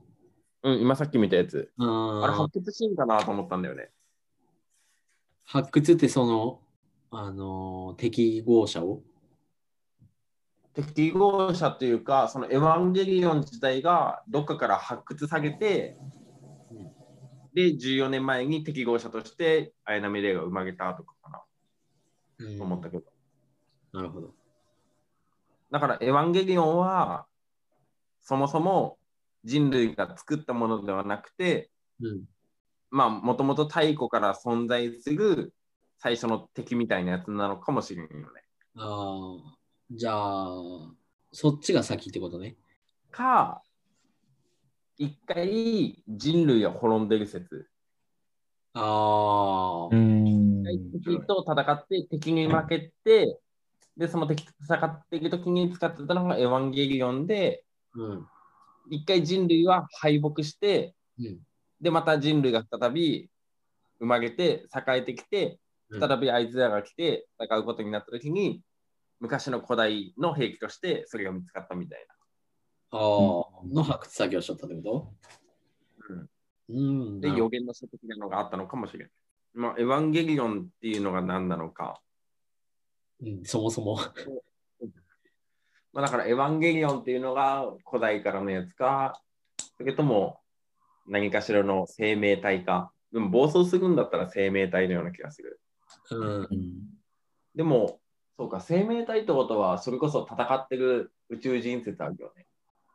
[SPEAKER 6] うん、今さっき見たやつ。
[SPEAKER 1] う
[SPEAKER 6] あれ
[SPEAKER 1] ん
[SPEAKER 6] 発掘シーンかなと思ったんだよね。
[SPEAKER 1] 発掘ってその、あのー適合者を
[SPEAKER 3] 適合者というか、そのエヴァンゲリオン自体がどっかから発掘されて
[SPEAKER 1] うん、
[SPEAKER 3] で、14年前に適合者として綾波レイが生まれたとかかなと思ったけど。
[SPEAKER 1] なるほど。
[SPEAKER 3] だから、エヴァンゲリオンは、そもそも人類が作ったものではなくて、
[SPEAKER 1] うん。
[SPEAKER 3] まあ、もともと太古から存在する最初の敵みたいなやつなのかもしれんよね。
[SPEAKER 1] ああ、じゃあ、そっちが先ってことね。
[SPEAKER 3] か、一回人類が滅んでる説。
[SPEAKER 1] ああ、
[SPEAKER 2] ん
[SPEAKER 3] 敵と戦って敵に負けて、で、その敵と戦っていく時に使ってたのがエヴァンゲリオンで、
[SPEAKER 1] うん。
[SPEAKER 3] 一回人類は敗北して、
[SPEAKER 1] うん。
[SPEAKER 3] で、また人類が再び生まれて、栄えてきて、
[SPEAKER 1] うん
[SPEAKER 3] 再びあいつらが来て戦うことになった時に、昔の古代の兵器としてそれが見つかったみたい
[SPEAKER 1] ああ、の発掘作業しちゃったってことうん。
[SPEAKER 3] な。
[SPEAKER 1] な
[SPEAKER 3] で、
[SPEAKER 1] る
[SPEAKER 3] 予
[SPEAKER 1] ほ
[SPEAKER 3] 言の書的なのがあったのかもしれない。まあ、エヴァンゲリオンっていうのが何なのか。
[SPEAKER 1] どうん、そもそも。
[SPEAKER 3] まあ、だから、エヴァンゲリオンっていうのが古代からのやつか、それとも何かしらの生命体か。でも、暴走するんだったら生命体のような気がする。
[SPEAKER 1] うん。
[SPEAKER 3] でも、そうか、生命体ってことは、それこそ戦ってる宇宙人説あるよね。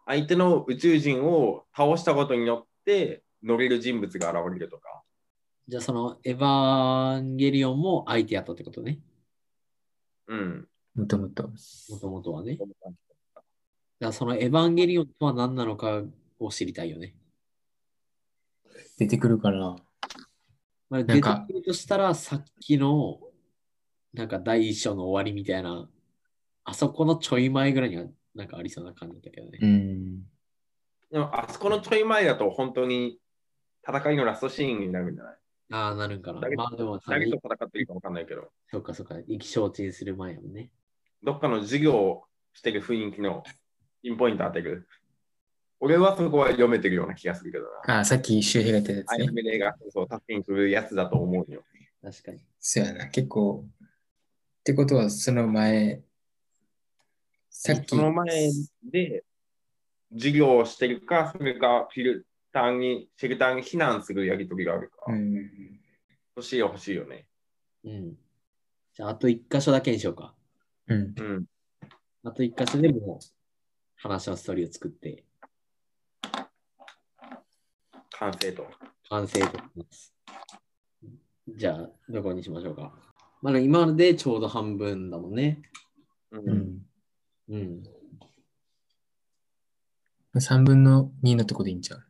[SPEAKER 3] 相手の宇宙人を倒したことによって、乗れる人物が現れるとか。
[SPEAKER 1] じゃあ、そのエヴァンゲリオンも相手やったってことね。
[SPEAKER 3] うん。
[SPEAKER 2] もともと。
[SPEAKER 1] もともとはね。だからそのエヴァンゲリオンとは何なのかを知りたいよね。
[SPEAKER 2] 出てくるから。
[SPEAKER 1] まあ、
[SPEAKER 2] な
[SPEAKER 1] 出
[SPEAKER 2] ん
[SPEAKER 1] て
[SPEAKER 2] か
[SPEAKER 1] くるとしたら、さっきの、なんか第一章の終わりみたいな、あそこのちょい前ぐらいには、なんかありそうな感じだけどね。
[SPEAKER 2] ん。
[SPEAKER 3] でも、あそこのちょい前だと、本当に戦いのラストシーンになるんじゃない
[SPEAKER 1] ああ、なるんかな
[SPEAKER 3] だ。けど
[SPEAKER 1] まあでも、
[SPEAKER 3] 誰と戦っていいか分かんないけど、
[SPEAKER 1] そうかそうか、意気消沈する前やもんね。
[SPEAKER 3] どっかの授業をしてる雰囲気のピンポイント当てる。俺はそこは読めてるような気がするけどな。
[SPEAKER 2] あ、さっき周平が言った
[SPEAKER 3] ア
[SPEAKER 2] や
[SPEAKER 3] イ
[SPEAKER 2] つね。
[SPEAKER 3] メレがそうタッピングするやつだと思うよ。
[SPEAKER 1] 確かに。
[SPEAKER 2] そうやな。結構。ってことは、その前、さっき。
[SPEAKER 3] その前で授業をしてるか、それかフィルターに、シェルターに避難するやりとりがあるか、
[SPEAKER 2] うん。
[SPEAKER 3] 欲しいよ欲しいよね。
[SPEAKER 1] うん。じゃあ、あと一箇所だけにしようか。
[SPEAKER 2] うん。
[SPEAKER 3] うん。
[SPEAKER 1] あと一箇所でもう、話のストーリーを作って、
[SPEAKER 3] 完成と。
[SPEAKER 1] 完成となります。じゃあ、どこにしましょうか。まだ今のでちょうど半分だもんね。
[SPEAKER 3] うん
[SPEAKER 2] うん。
[SPEAKER 1] うん。
[SPEAKER 2] 3分の2のとこでいいんちゃう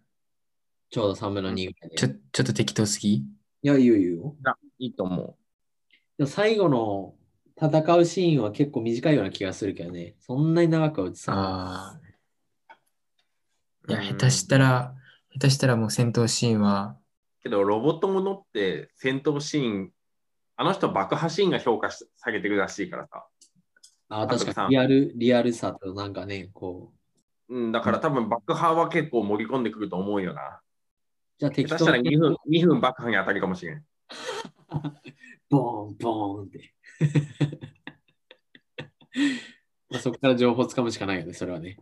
[SPEAKER 1] ちょうど3分の2ぐらいで。
[SPEAKER 2] ちょ、ちょっと適当すぎ
[SPEAKER 1] いや、いいよいいよ。
[SPEAKER 3] いいと思
[SPEAKER 1] でも最後の戦うシーンは結構短いような気がするけどね。そんなに長くは映さない。
[SPEAKER 2] ああ。いや、
[SPEAKER 3] うん
[SPEAKER 2] 下手したら、下手したらもう戦闘シーンは、
[SPEAKER 3] う。けど、ロボットものって戦闘シーン、あの人爆破シーンが評価し下げてるらしいからさ。
[SPEAKER 1] あー
[SPEAKER 3] あと
[SPEAKER 1] 確か
[SPEAKER 3] さ
[SPEAKER 1] にリアル、リアルさとなんかね、こう。
[SPEAKER 3] うん、だから多分爆破は結構盛り込んでくると思うよな。
[SPEAKER 1] じゃあ適
[SPEAKER 3] 下手
[SPEAKER 1] 当
[SPEAKER 3] したら
[SPEAKER 1] に
[SPEAKER 3] 2分 ,2 分爆破に当たるかもしれん。
[SPEAKER 1] ボーン、ボーンって。 <laughs> まあそこから情報つかむしかないよね、それはね。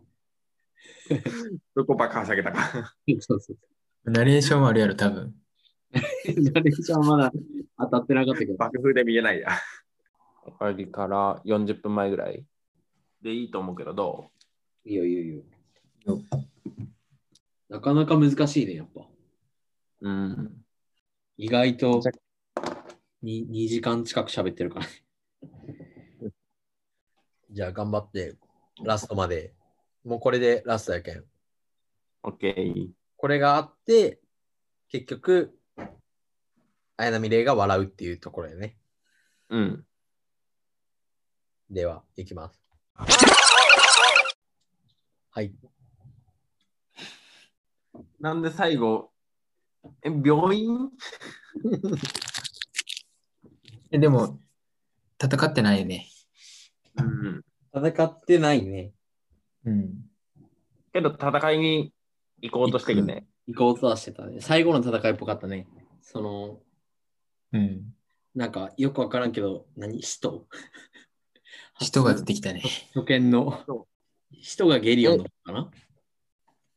[SPEAKER 3] そこ爆破下げたか。
[SPEAKER 1] そうそう
[SPEAKER 2] ナレーションもあるやろ、多分。
[SPEAKER 1] そう。ナレーションはまだ当たってなかったけど。
[SPEAKER 3] 爆風で見えないや。終わりから40分前ぐらいでいいと思うけど、どう
[SPEAKER 1] いいよいいよいいよ
[SPEAKER 2] よ。
[SPEAKER 1] なかなか難しいね、やっぱ。
[SPEAKER 3] うん。
[SPEAKER 1] 意外とに 2, 時間近く喋ってるから、ね。 <laughs> じゃあ頑張って、ラストまで。もうこれでラストやけん。
[SPEAKER 3] OK。
[SPEAKER 1] これがあって、結局、綾波レイが笑うっていうところやね。
[SPEAKER 3] うん。
[SPEAKER 1] では、いきます。はい。
[SPEAKER 3] なんで最後、え、病院
[SPEAKER 2] えでも、戦ってないよね。
[SPEAKER 3] うん、
[SPEAKER 1] 戦ってないね。
[SPEAKER 2] うん。
[SPEAKER 3] けど戦いに行こうとしてるね。
[SPEAKER 1] 行こうとはしてたね。最後の戦いっぽかったね。その、
[SPEAKER 2] うん。
[SPEAKER 1] なんかよくわからんけど、何使徒
[SPEAKER 2] 人が出てきたね。
[SPEAKER 1] 初見の
[SPEAKER 3] そ。
[SPEAKER 1] 使徒がゲリオンのことかな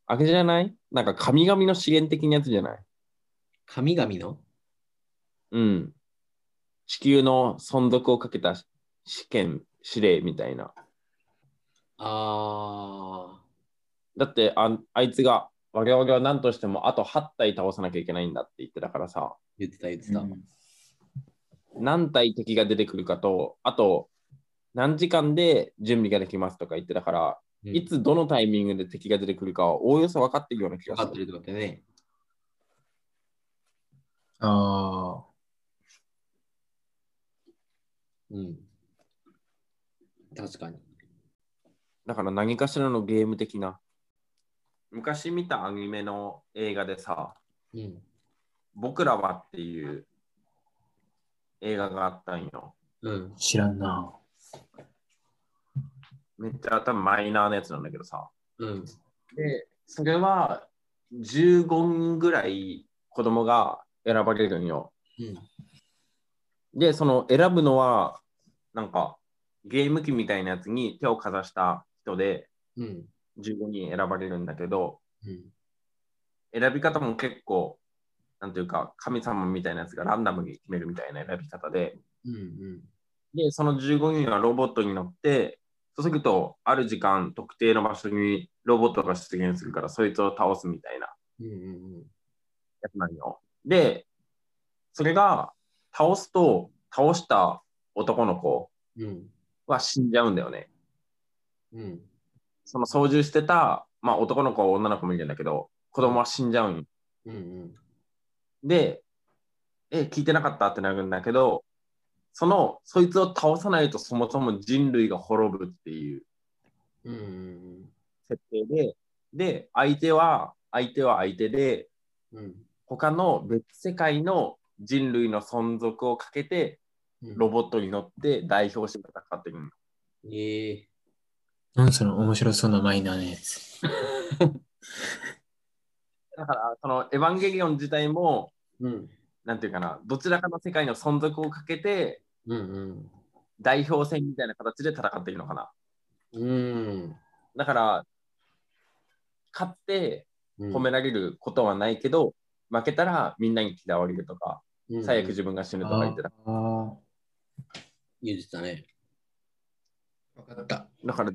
[SPEAKER 3] あれじゃないなんか神々の資源的なやつじゃない
[SPEAKER 1] 神々の
[SPEAKER 3] うん。地球の存続をかけた試験、指令みたいな。
[SPEAKER 1] あ
[SPEAKER 3] だってあ、あいつが我々は何としてもあと8体倒さなきゃいけないんだって言ってたからさ、
[SPEAKER 1] ー、言ってた言ってた。
[SPEAKER 3] 何体敵が出てくるかと、あと何時間で準備ができますとか言ってたから、
[SPEAKER 1] うん
[SPEAKER 3] いつどのタイミングで敵が出てくるかはおおよそ分かってるような気
[SPEAKER 1] 分
[SPEAKER 3] が
[SPEAKER 1] か
[SPEAKER 3] す
[SPEAKER 1] って
[SPEAKER 3] る。
[SPEAKER 1] るってことだよね。
[SPEAKER 2] ああ。
[SPEAKER 1] うん。確かに。
[SPEAKER 3] だから何かしらのゲーム的な。昔見たアニメの映画でさ、
[SPEAKER 1] うん。
[SPEAKER 3] 僕らはっていう映画があったんよ。
[SPEAKER 1] うん。
[SPEAKER 2] 知らんな。
[SPEAKER 3] めっちゃ多分マイナーなやつなんだけどさ。
[SPEAKER 1] うん。
[SPEAKER 3] で、それは15人ぐらい子供が選ばれるんよ。
[SPEAKER 1] うん。
[SPEAKER 3] で、その選ぶのはなんかゲーム機みたいなやつに手をかざした人で
[SPEAKER 1] うん。
[SPEAKER 3] 15人選ばれるんだけど、
[SPEAKER 1] うん。
[SPEAKER 3] 選び方も結構、なんていうか神様みたいなやつがランダムに決めるみたいな選び方で、
[SPEAKER 1] うん。
[SPEAKER 3] で、その15人はロボットに乗って、そうすると、ある時間、特定の場所にロボットが出現するから、そいつを倒すみたいな
[SPEAKER 1] うん。うん。
[SPEAKER 3] やつなんよ。で、それが、倒すと、倒した男の子
[SPEAKER 1] うん。
[SPEAKER 3] は死んじゃうんだよね。
[SPEAKER 1] うん。
[SPEAKER 3] その操縦してた、まあ男の子、女の子もいるんだけど、子供は死んじゃうんよ
[SPEAKER 1] うん。
[SPEAKER 3] で、え、聞いてなかったってなるんだけど、その、そいつを倒さないとそもそも人類が滅ぶっていう
[SPEAKER 1] うん。うん。
[SPEAKER 3] 設定で、で、相手は、相手は相手で、
[SPEAKER 1] うん。
[SPEAKER 3] 他の別世界の人類の存続をかけて、ロボットに乗って代表して戦っていくの。
[SPEAKER 1] ええ
[SPEAKER 2] なんその面白そうなマイナーなやつ。
[SPEAKER 3] だから、その、エヴァンゲリオン自体も、
[SPEAKER 1] うん。
[SPEAKER 3] なんていうかな、どちらかの世界の存続をかけて、
[SPEAKER 1] うん。
[SPEAKER 3] 代表戦みたいな形で戦っていくのかな。
[SPEAKER 1] うん。
[SPEAKER 3] だから、勝って
[SPEAKER 1] うん。
[SPEAKER 3] 褒められることはないけど、負けたらみんなに嫌われるとか、
[SPEAKER 1] うん
[SPEAKER 3] 最悪自分が死ぬとか言ってた。
[SPEAKER 2] あー。
[SPEAKER 1] 言ってたね。
[SPEAKER 2] わかった。
[SPEAKER 3] だから、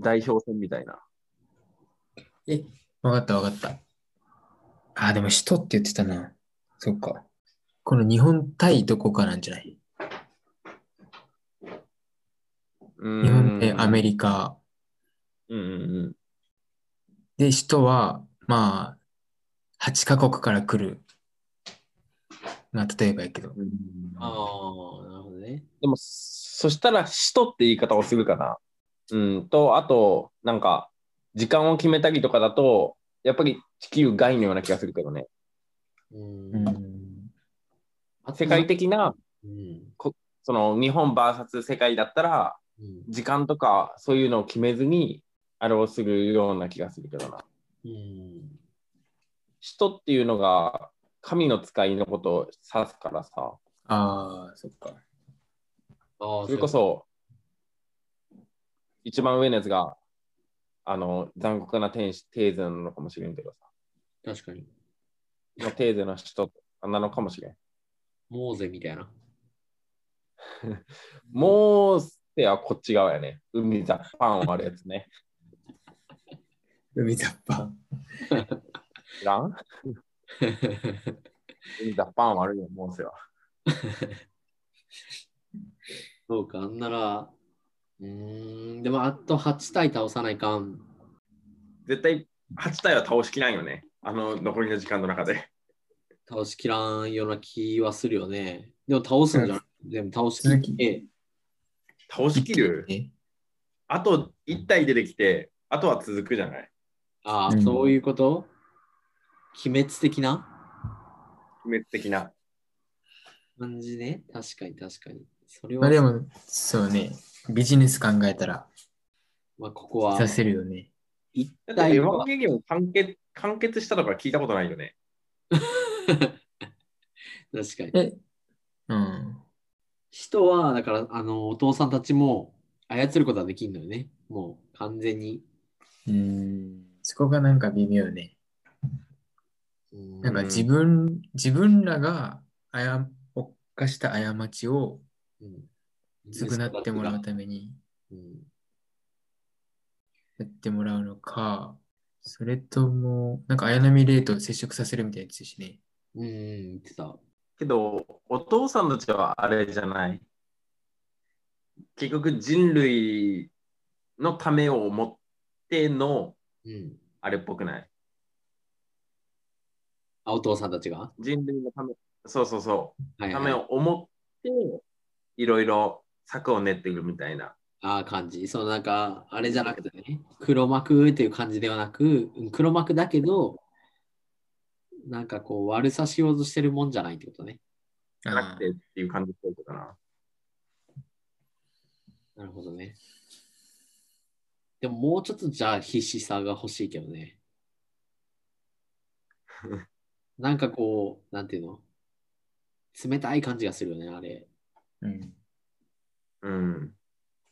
[SPEAKER 3] 代表戦みたいな。
[SPEAKER 2] わかったわかった。あー、でも人って言ってたな。そっか。この日本対どこかなんじゃない日
[SPEAKER 3] 日
[SPEAKER 2] 本対アメリカ。
[SPEAKER 3] うんうん
[SPEAKER 2] で、人は、まあ、8カ国から来る。まあ、例えばやけど。
[SPEAKER 3] うん、
[SPEAKER 1] ああ、なるほどね。
[SPEAKER 3] でもそしたら「使徒」って言い方をするかな。うん、とあとなんか時間を決めたりとかだとやっぱり地球外のような気がするけどね
[SPEAKER 1] うん
[SPEAKER 2] うん。
[SPEAKER 3] 世界的な
[SPEAKER 1] うん。
[SPEAKER 3] その日本 VS 世界だったら
[SPEAKER 1] うん。
[SPEAKER 3] 時間とかそういうのを決めずにあれをするような気がするけどな。
[SPEAKER 1] うん。
[SPEAKER 3] 使徒っていうのが神の使いのことを指すからさ。
[SPEAKER 2] ああ、そっか。
[SPEAKER 1] ああ、
[SPEAKER 3] それこ。そ、一番上のやつが、あの、残酷な天使、テーゼなのかもしれんけど
[SPEAKER 1] 確かに。
[SPEAKER 3] さ、のテーゼの人なのかもしれん。
[SPEAKER 1] モーゼみたいな。
[SPEAKER 3] もう、せはこっち側やね。海ザパンをあるやつね。
[SPEAKER 2] 海雑把。
[SPEAKER 3] 知らん海ザパンはあるよ、もうせは。
[SPEAKER 1] <laughs> そうか、あんなら、うーん、でもあと8体倒さないかん。
[SPEAKER 3] 絶対、8体は倒しきないよね。あの、残りの時間の中で。
[SPEAKER 1] 倒しきらんような気はするよね。でも倒すんじゃなくて、でも倒しきって、
[SPEAKER 3] 倒しきる
[SPEAKER 2] え
[SPEAKER 3] あと1体出てきて、あとは続くじゃない。
[SPEAKER 1] ああ、
[SPEAKER 2] うん
[SPEAKER 1] そういうこと鬼滅的な
[SPEAKER 3] 不滅的な。
[SPEAKER 1] 感じね。確かに確かに。それ
[SPEAKER 2] ま
[SPEAKER 1] は、
[SPEAKER 2] あでも、そうね、ビジネス考えたら
[SPEAKER 1] まあ、ここは
[SPEAKER 2] させるよね。
[SPEAKER 1] 一
[SPEAKER 6] だって
[SPEAKER 1] 体
[SPEAKER 6] 山
[SPEAKER 1] は
[SPEAKER 6] 本劇も完結完結したとか聞いたことないよね。
[SPEAKER 1] 確かに。
[SPEAKER 2] え、うん。
[SPEAKER 1] 使徒は、だから、あの、お父さんたちも操ることはできるのよね。もう完全に。
[SPEAKER 2] うん、そこがなんか微妙ね。
[SPEAKER 1] うん
[SPEAKER 2] なんか自分、自分らがあや犯した過ちを
[SPEAKER 1] うん
[SPEAKER 2] 償ってもらうために
[SPEAKER 1] うん
[SPEAKER 2] やってもらうのか、それとも、なんか綾波レイと接触させるみたいなやつですしね。
[SPEAKER 1] うん、言ってた。
[SPEAKER 3] けど、お父さんたちはあれじゃない。結局人類のためを思っての
[SPEAKER 1] うん。
[SPEAKER 3] あれっぽくない
[SPEAKER 1] あ、お父さんたちがは
[SPEAKER 3] 人類のため、そうそうそう、
[SPEAKER 1] い、はい。
[SPEAKER 3] ためを思って、いろいろ策を練っているみたいな。
[SPEAKER 1] ああ、感じ。そのなんか、あれじゃなくてね、黒幕っていう感じではなく、うん黒幕だけど、なんかこう、悪さしようとしてるもんじゃないってことね。
[SPEAKER 3] じゃなくてっていう感じっぽいかな。
[SPEAKER 1] なるほどね。でももうちょっとじゃあ必死さが欲しいけどね。なんかこう、なんていうの冷たい感じがするよね、あれ。
[SPEAKER 2] うん。
[SPEAKER 3] うん。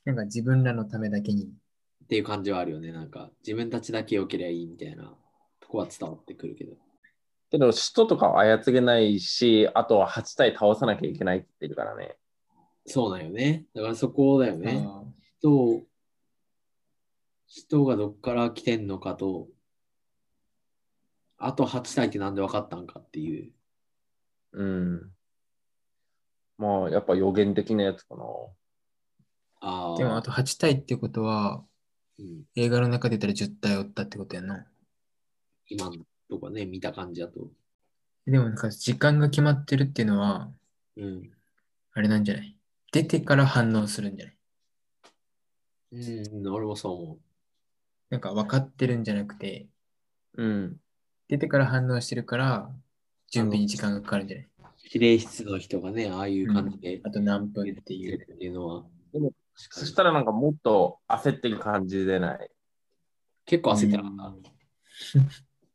[SPEAKER 2] なんか自分らのためだけに。
[SPEAKER 1] っていう感じはあるよね。なんか自分たちだけ良ければいいみたいなとこは伝わってくるけど。
[SPEAKER 3] けど、首都とかは操れないし、あとは8体倒さなきゃいけないって言ってるからね。
[SPEAKER 1] そうなんよね。だからそこだよね。
[SPEAKER 2] あー
[SPEAKER 1] 人、人がどっから来てんのかと、あと8体ってなんで分かったんかっていう。
[SPEAKER 3] うん。まあ、やっぱ予言的なやつかな。
[SPEAKER 1] ああ。
[SPEAKER 2] でもあと8体ってことは、
[SPEAKER 1] うん
[SPEAKER 2] 映画の中で言ったら10体おったってことやな。
[SPEAKER 1] 今のとかね、見た感じだと。
[SPEAKER 2] でもなんか時間が決まってるっていうのは、
[SPEAKER 1] うん。
[SPEAKER 2] あれなんじゃない出てから反応するんじゃない
[SPEAKER 1] うん、俺もそう思。
[SPEAKER 2] なんか分かってるんじゃなくて、
[SPEAKER 3] うん。
[SPEAKER 2] 出てから反応してるから、準備に時間がかかるんじゃないう
[SPEAKER 1] 比例室の人がね、ああいう感じで
[SPEAKER 2] あと何分
[SPEAKER 1] 言
[SPEAKER 2] ってい
[SPEAKER 1] る
[SPEAKER 2] う。
[SPEAKER 1] っていうのは、
[SPEAKER 3] でも
[SPEAKER 1] 確か
[SPEAKER 3] そ
[SPEAKER 1] に
[SPEAKER 3] したらなんかもっと焦ってる感じでない。
[SPEAKER 1] 結構焦ってなかっ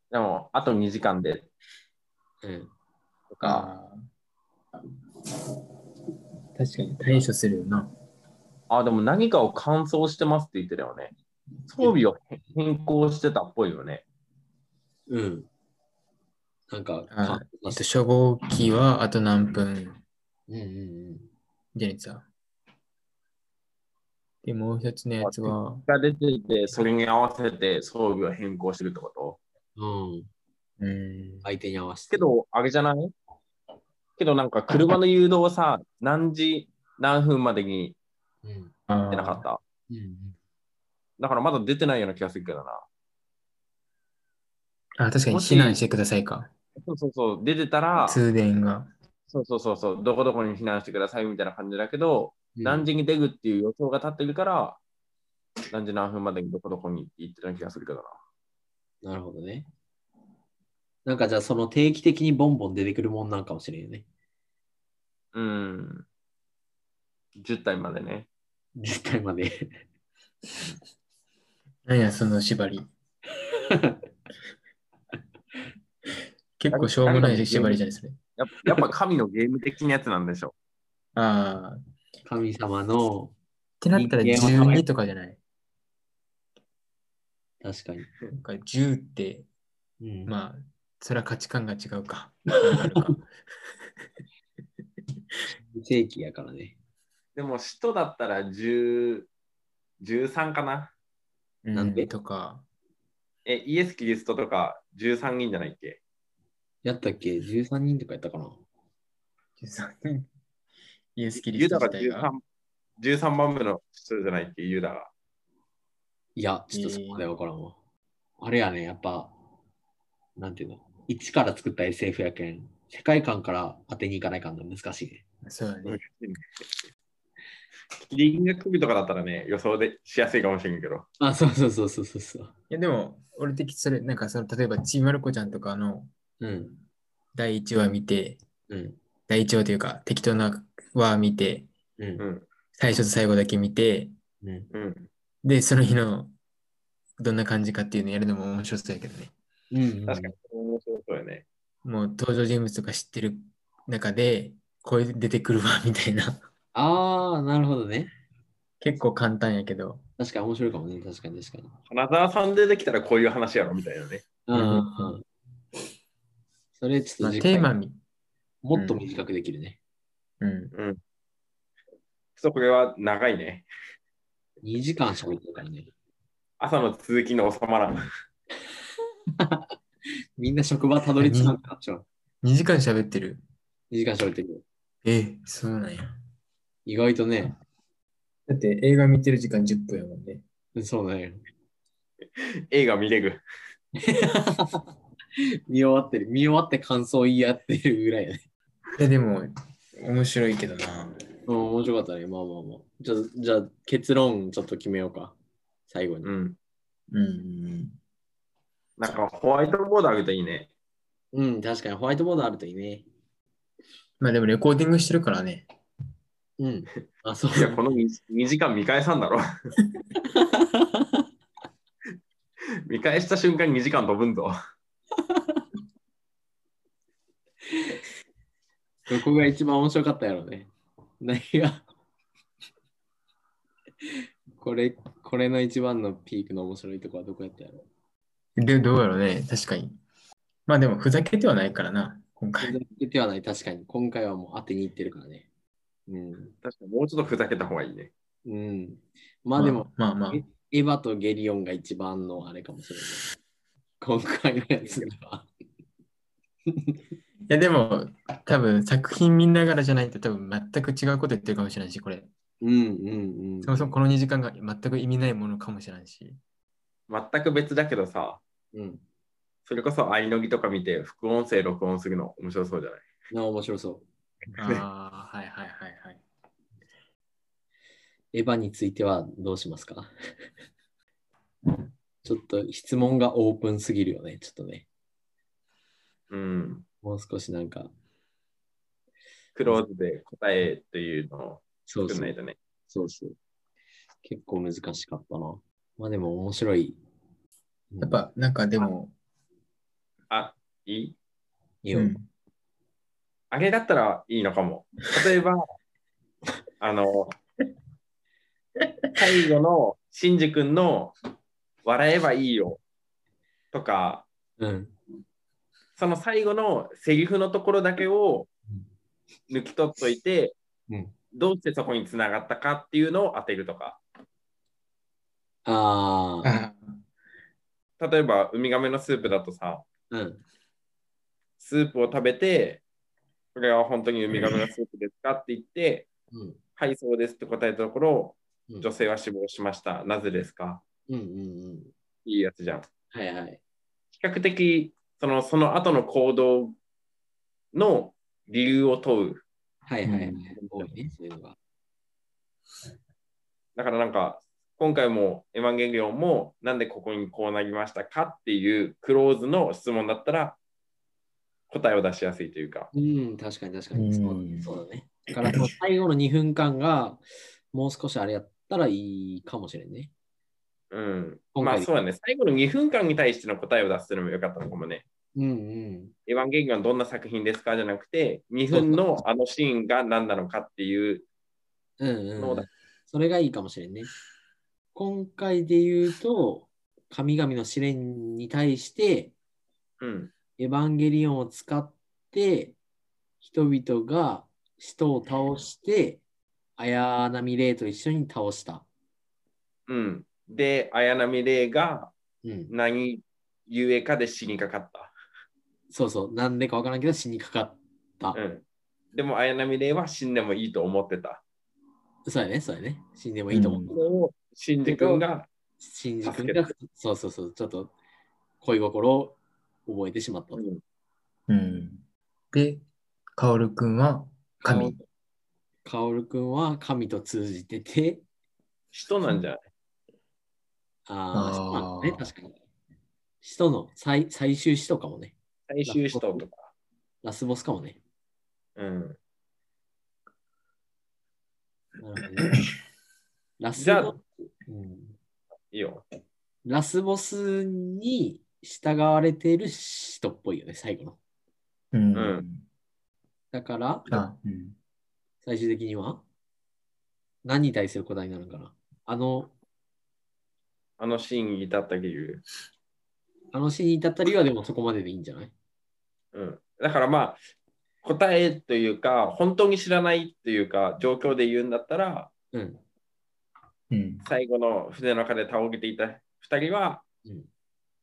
[SPEAKER 3] でも、あと2時間で
[SPEAKER 1] た。うん。
[SPEAKER 3] とか、
[SPEAKER 2] あー確かに対処するよな。
[SPEAKER 3] あでも何かを乾燥してますって言ってたよね。装備を変更してたっぽいよね。
[SPEAKER 1] うん。なんか、
[SPEAKER 2] あ
[SPEAKER 1] 感
[SPEAKER 2] え
[SPEAKER 1] 動
[SPEAKER 2] っと
[SPEAKER 1] し
[SPEAKER 2] 初号機はあと何分
[SPEAKER 1] うんうんうん。
[SPEAKER 2] じゃないですか。で、もう一つのやつは、
[SPEAKER 3] が出てて、それに合わせて装備を変更してるってこと。
[SPEAKER 1] うん、
[SPEAKER 2] うん、
[SPEAKER 1] 相手に合わせて。
[SPEAKER 3] けど、あれじゃないけどなんか車の誘導をさ、何時何分までに
[SPEAKER 1] うん、
[SPEAKER 2] あ
[SPEAKER 3] 出なかった。
[SPEAKER 1] うんうん、
[SPEAKER 3] だからまだ出てないような気がするけどな。
[SPEAKER 2] ーあ、確かに
[SPEAKER 3] もし
[SPEAKER 2] 避難してくださいか。
[SPEAKER 3] そうそうそう、出てたら、
[SPEAKER 2] 通電が。
[SPEAKER 3] そうそうそうそう、どこどこに避難してくださいみたいな感じだけど、
[SPEAKER 1] うん
[SPEAKER 3] 何時に出るっていう予想が立ってるから、何時何分までにどこどこに行ってた気がするけどな。
[SPEAKER 1] なるほどね。なんかじゃあその定期的にボンボン出てくるもんなんかもしれんよね。
[SPEAKER 3] うん。10体までね。
[SPEAKER 1] 実体まで。 <laughs>
[SPEAKER 2] なんや、その縛り。結構しょうもない縛りじゃないですか。
[SPEAKER 3] やっ
[SPEAKER 2] <laughs>
[SPEAKER 3] ぱやっぱ神のゲーム的なやつなんでしょ。
[SPEAKER 2] ああ。っ
[SPEAKER 1] 神様の、
[SPEAKER 2] てなったら12とかじゃない
[SPEAKER 1] 確かに。
[SPEAKER 2] なんか10って、
[SPEAKER 1] うん、
[SPEAKER 2] まあ、それは価値観が違う <laughs> か。あるか
[SPEAKER 1] 正規やからね。
[SPEAKER 3] でも、使徒だったら10 13かな。
[SPEAKER 1] なんで
[SPEAKER 2] うとか、 <laughs>
[SPEAKER 3] え、イエス・キリストとか13人じゃないっけ
[SPEAKER 1] やったっけ ?13 人とかやったかな
[SPEAKER 2] 13イエス・キリ
[SPEAKER 3] ユ
[SPEAKER 2] スト
[SPEAKER 3] ダが
[SPEAKER 2] 自体が
[SPEAKER 3] 13, 13番目の使徒じゃないっけユダが。
[SPEAKER 1] いや、ちょっとそこまでわからんわ。あれやね、やっぱ、なんていうの、一から作った SF やけん、世界観から当てに行かないかんの難しいね。
[SPEAKER 2] そうだね。
[SPEAKER 3] キリンが首とかだったらね、予想でしやすいかもしれんけど。
[SPEAKER 1] あ、そうそうそうそうそうそう。
[SPEAKER 2] いやでも、俺的それ、なんかその、例えば、ちーまる子ちゃんとかの
[SPEAKER 1] うん。
[SPEAKER 2] 第1話見て、
[SPEAKER 1] うん。
[SPEAKER 2] 第1話というか、適当な話見て、
[SPEAKER 1] うん
[SPEAKER 3] う。ん。
[SPEAKER 2] 最初と最後だけ見て、
[SPEAKER 1] うん。
[SPEAKER 3] うん。
[SPEAKER 2] で、その日のどんな感じかっていうのやるのも面白そうやけどね。
[SPEAKER 1] うん。
[SPEAKER 3] 確かに。面白そうやね。
[SPEAKER 2] もう登場人物とか知ってる中で、これ出てくるわ、みたいな。
[SPEAKER 1] ああ、なるほどね。
[SPEAKER 2] 結構簡単やけど。
[SPEAKER 1] 確かに面白いかもね。確かに確かに。
[SPEAKER 3] 金沢さん出てきたらこういう話やろみたいなね。
[SPEAKER 1] うんうん
[SPEAKER 2] う
[SPEAKER 1] うん。それちょ
[SPEAKER 2] ま
[SPEAKER 1] っ
[SPEAKER 2] あ、
[SPEAKER 1] と
[SPEAKER 2] テ
[SPEAKER 1] 次
[SPEAKER 2] ー
[SPEAKER 1] 回
[SPEAKER 2] マみ、
[SPEAKER 1] もっと短くできるね。
[SPEAKER 2] うん。
[SPEAKER 3] そう、これは長いね。
[SPEAKER 1] 2時間喋ってるからね。
[SPEAKER 3] 朝の続きの収まらん。 <laughs>
[SPEAKER 1] みんな職場たどり着かなくなっちゃう。
[SPEAKER 2] 2時間喋ってる。
[SPEAKER 1] 2時間喋ってる。
[SPEAKER 2] え、そうなんや。
[SPEAKER 1] 意外とね、
[SPEAKER 2] だって映画見てる時間10分やもんね。
[SPEAKER 1] そうだよ。
[SPEAKER 3] 映画見れる。
[SPEAKER 1] <laughs> 見終わってる。見終わって感想言い合ってるぐらいやね。
[SPEAKER 2] いや、でも、面白いけどな。
[SPEAKER 1] うん、面白かったね。まあまあまあ。じゃあ、じゃあ結論ちょっと決めようか。最後に。
[SPEAKER 3] うん。
[SPEAKER 2] うん。
[SPEAKER 3] なんかホワイトボードあげていいね。
[SPEAKER 1] うん、確かにホワイトボードあるといいね。
[SPEAKER 2] まあでもレコーディングしてるからね。
[SPEAKER 1] うん。あ、そう
[SPEAKER 3] いや、この 2, 時間見返さんだろ。 <laughs> 見返した瞬間2時間飛ぶんぞ。
[SPEAKER 1] どこが一番面白かったやろうね。何が <laughs> これ、これの一番のピークの面白いとこはどこやったやろ
[SPEAKER 2] で、どうやろうね。確かに。まあでも、ふざけてはないからな、今
[SPEAKER 1] ふ
[SPEAKER 2] 回
[SPEAKER 1] ざ。けてはない、確かに。今回はもう当てにいってるからね。うん。
[SPEAKER 3] 確かにもうちょっとふざけた方がいいね。
[SPEAKER 1] うん。まあでも、、
[SPEAKER 2] まあまあ、
[SPEAKER 1] エヴァとゲリオンが一番のあれかもしれない。今回のやつでは。
[SPEAKER 2] いやでも、多分作品見ながらじゃないと多分全く違うこと言ってるかもしれないし、これ。
[SPEAKER 1] うんうんうん。
[SPEAKER 2] そもそもこの2時間が全く意味ないものかもしれないし。
[SPEAKER 3] 全く別だけどさ、
[SPEAKER 1] うん。
[SPEAKER 3] それこそ相乗りとか見て副音声録音するの面白そうじゃない
[SPEAKER 1] なあ面白そ
[SPEAKER 2] ああ、はいはいはいはい。
[SPEAKER 1] う。エヴァについてはどうしますか <laughs> ちょっと質問がオープンすぎるよね、ちょっとね。
[SPEAKER 3] うん。
[SPEAKER 1] もう少しなんか、
[SPEAKER 3] クローズで答えというのを
[SPEAKER 1] そう
[SPEAKER 3] 作
[SPEAKER 1] そ。
[SPEAKER 3] んないうとね。
[SPEAKER 1] そうそう結構難しかったな。まあでも面白い。うん
[SPEAKER 2] やっ、ぱ、なんかでも、
[SPEAKER 3] あ、いい
[SPEAKER 1] いいよ。
[SPEAKER 2] うん
[SPEAKER 3] あれだったらいいのかも。例
[SPEAKER 1] <laughs>
[SPEAKER 3] えば、あの、最後のシンジ君の笑えばいいよとか、
[SPEAKER 1] うん。
[SPEAKER 3] その最後のセリフのところだけを抜き取っといて、
[SPEAKER 1] うん
[SPEAKER 3] どうしてそこにつながったかっていうのを当てるとか。
[SPEAKER 1] ああ。
[SPEAKER 2] あ
[SPEAKER 3] 例えば、ウミガメのスープだとさ、
[SPEAKER 1] うん。
[SPEAKER 3] スープを食べて、これは本当にウミガメのスープですかって言って、
[SPEAKER 1] うん。
[SPEAKER 3] はい、そうですって答えたところ、
[SPEAKER 1] うん
[SPEAKER 3] 女性は死亡しました。なぜですか
[SPEAKER 1] うんうんうん。
[SPEAKER 3] いいやつじゃん。比
[SPEAKER 1] はいはい。
[SPEAKER 3] 較的、そのその後の行動の理由を問う。
[SPEAKER 1] はいはいは
[SPEAKER 2] う
[SPEAKER 1] い
[SPEAKER 2] ん。
[SPEAKER 1] 多いね、そういうのが。
[SPEAKER 3] だからなんか、今回もエヴァンゲリオンも、なんでここにこうなりましたかっていうクローズの質問だったら、答えを出しやすいというか。
[SPEAKER 1] うん、確かに確かに。そうだ
[SPEAKER 2] う
[SPEAKER 1] ね。
[SPEAKER 2] ん
[SPEAKER 1] そうだねだからもう最後の2分間がもう少しあれやったらいいかもしれんね。
[SPEAKER 3] うん。
[SPEAKER 1] 今
[SPEAKER 3] ま
[SPEAKER 1] 回
[SPEAKER 3] あそうだね。最後の2分間に対しての答えを出すのもよかったのかもね。
[SPEAKER 1] うんうん。
[SPEAKER 3] エヴァンゲリオンどんな作品ですかじゃなくて、2分のあのシーンが何なのかっていう
[SPEAKER 1] うん
[SPEAKER 3] の
[SPEAKER 1] う
[SPEAKER 3] を
[SPEAKER 1] ん
[SPEAKER 3] 出。
[SPEAKER 1] それがいいかもしれんね。今回で言うと、神々の試練に対して、
[SPEAKER 3] うん。
[SPEAKER 1] エヴァンゲリオンを使って、人々が人を倒して、綾波レイと一緒に倒した。
[SPEAKER 3] うん。で、綾波レイが
[SPEAKER 1] うん。
[SPEAKER 3] 何ゆえかで死にかかっ
[SPEAKER 1] そうそう。なんでかわからんけど死にかかった
[SPEAKER 3] た。。うん。でも綾波レイは死んでもいいと思ってた。
[SPEAKER 1] そうやね、そうやね。死んでもいいと思う。
[SPEAKER 2] うん
[SPEAKER 3] それをシンジ君が、
[SPEAKER 1] 新宿がそうそうそう、ちょっと恋心を覚えてしまった。
[SPEAKER 3] うん
[SPEAKER 2] うん。で、カオルくんは神。
[SPEAKER 1] カオルくんは神と通じてて、
[SPEAKER 3] 人なんじゃない
[SPEAKER 1] あ
[SPEAKER 2] あ
[SPEAKER 1] あ、
[SPEAKER 2] ー
[SPEAKER 1] そうなのね、確かに。使徒の最最終使徒かもね。
[SPEAKER 3] 最終人とか。
[SPEAKER 1] ラスボスかもね。
[SPEAKER 3] うん。
[SPEAKER 1] なるほど
[SPEAKER 3] <laughs>
[SPEAKER 1] ねラス
[SPEAKER 3] じゃ
[SPEAKER 1] ボ
[SPEAKER 3] あ
[SPEAKER 1] ス、うん
[SPEAKER 3] いいよ。
[SPEAKER 1] ラスボスに従われている人っぽいよね、最後の。
[SPEAKER 2] うん。
[SPEAKER 3] うん
[SPEAKER 1] だから、
[SPEAKER 2] あ、うん。
[SPEAKER 1] 最終的には何に対する答えになるのかなあの、
[SPEAKER 3] あのシーンに至った理由。
[SPEAKER 1] あのシーンに至った理由はでもそこまででいいんじゃない
[SPEAKER 3] うん、だからまあ答えというか本当に知らないというか状況で言うんだったら
[SPEAKER 1] うん。
[SPEAKER 2] うん。
[SPEAKER 3] 最後の船の中で倒れていた2人は
[SPEAKER 1] うん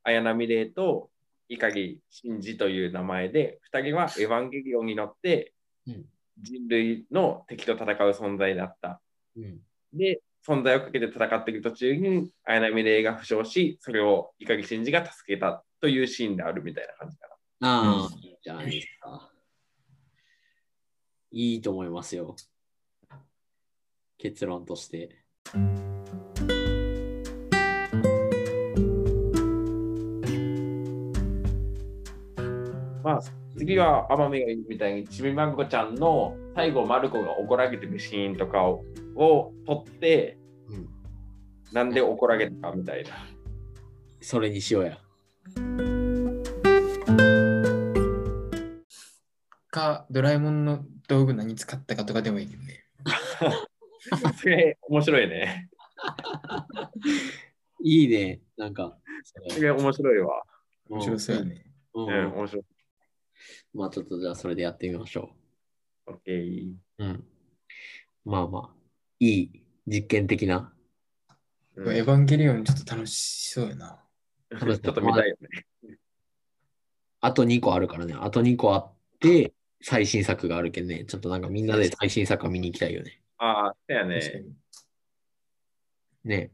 [SPEAKER 3] 綾波レイと碇真司という名前で2人はエヴァンゲリオンに乗って
[SPEAKER 1] うん
[SPEAKER 3] 人類の敵と戦う存在だった。
[SPEAKER 1] うん。
[SPEAKER 3] で存在をかけて戦っている途中に綾波レイが負傷しそれを碇真司が助けたというシーンであるみたいな感じかな。
[SPEAKER 1] ああ、いいんじゃないですか。いいと思いますよ。結論として。
[SPEAKER 3] まあ、次は天海が言うみたいにちびまんこちゃんの最後まる子が怒られてるシーンとかをを撮って
[SPEAKER 1] うん。
[SPEAKER 3] なんで怒られたかみたいな
[SPEAKER 1] それにしようや。
[SPEAKER 2] か、ドラえもんの道具何使ったかとかでもいいけどね。
[SPEAKER 3] それ面白いね
[SPEAKER 1] いいね。なんか。
[SPEAKER 3] それ面白いわ
[SPEAKER 2] 面白そうやね。
[SPEAKER 1] うん
[SPEAKER 3] う
[SPEAKER 1] う
[SPEAKER 3] ん
[SPEAKER 1] ん
[SPEAKER 3] 面白い
[SPEAKER 1] まあちょっとじゃあそれでやってみましょ
[SPEAKER 3] OK
[SPEAKER 1] う。うん。まあまあ、いい実験的な。
[SPEAKER 3] う
[SPEAKER 2] エヴ
[SPEAKER 3] ん
[SPEAKER 2] ァンゲリオンちょっと楽しそうやな。
[SPEAKER 3] ちょっと見たいよね
[SPEAKER 1] あと2個あるからね。あと2個あって、最新作があるけどね。ちょっとなんかみんなで最新作を見に行きたいよね。
[SPEAKER 3] ああそうや
[SPEAKER 2] 確か
[SPEAKER 3] ね
[SPEAKER 2] に
[SPEAKER 1] ね。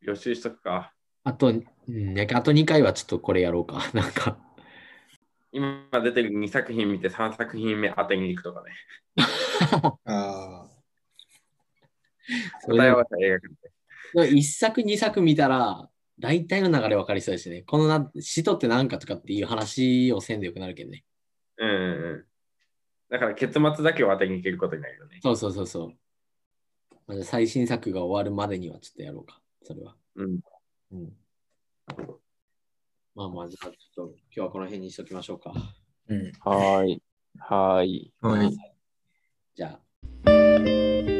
[SPEAKER 3] 予習しとくか
[SPEAKER 1] あと、うん、やけあと2回はちょっとこれやろうか。なんか、
[SPEAKER 3] 今出てる2作品見て3作品目当てに行くとかね
[SPEAKER 2] ああ。
[SPEAKER 1] そ
[SPEAKER 3] 答え
[SPEAKER 1] れ
[SPEAKER 3] 合わせ映画館で
[SPEAKER 1] 1作2作見たら、大体の流れ分かりそうですね。このな、使徒ってなんかとかっていう話をせんでよくなるけどね。
[SPEAKER 3] うんうんうんだから結末だけを当てに行けることになるよね
[SPEAKER 1] そうそうそうそう。まあじゃあ最新作が終わるまでにはちょっとやろうか。それは。
[SPEAKER 3] うん
[SPEAKER 1] うん。まあまあ、じゃあちょっと今日はこの辺にしときましょうか。
[SPEAKER 2] うん。
[SPEAKER 3] はーいはーい
[SPEAKER 2] はい。
[SPEAKER 1] じゃあ。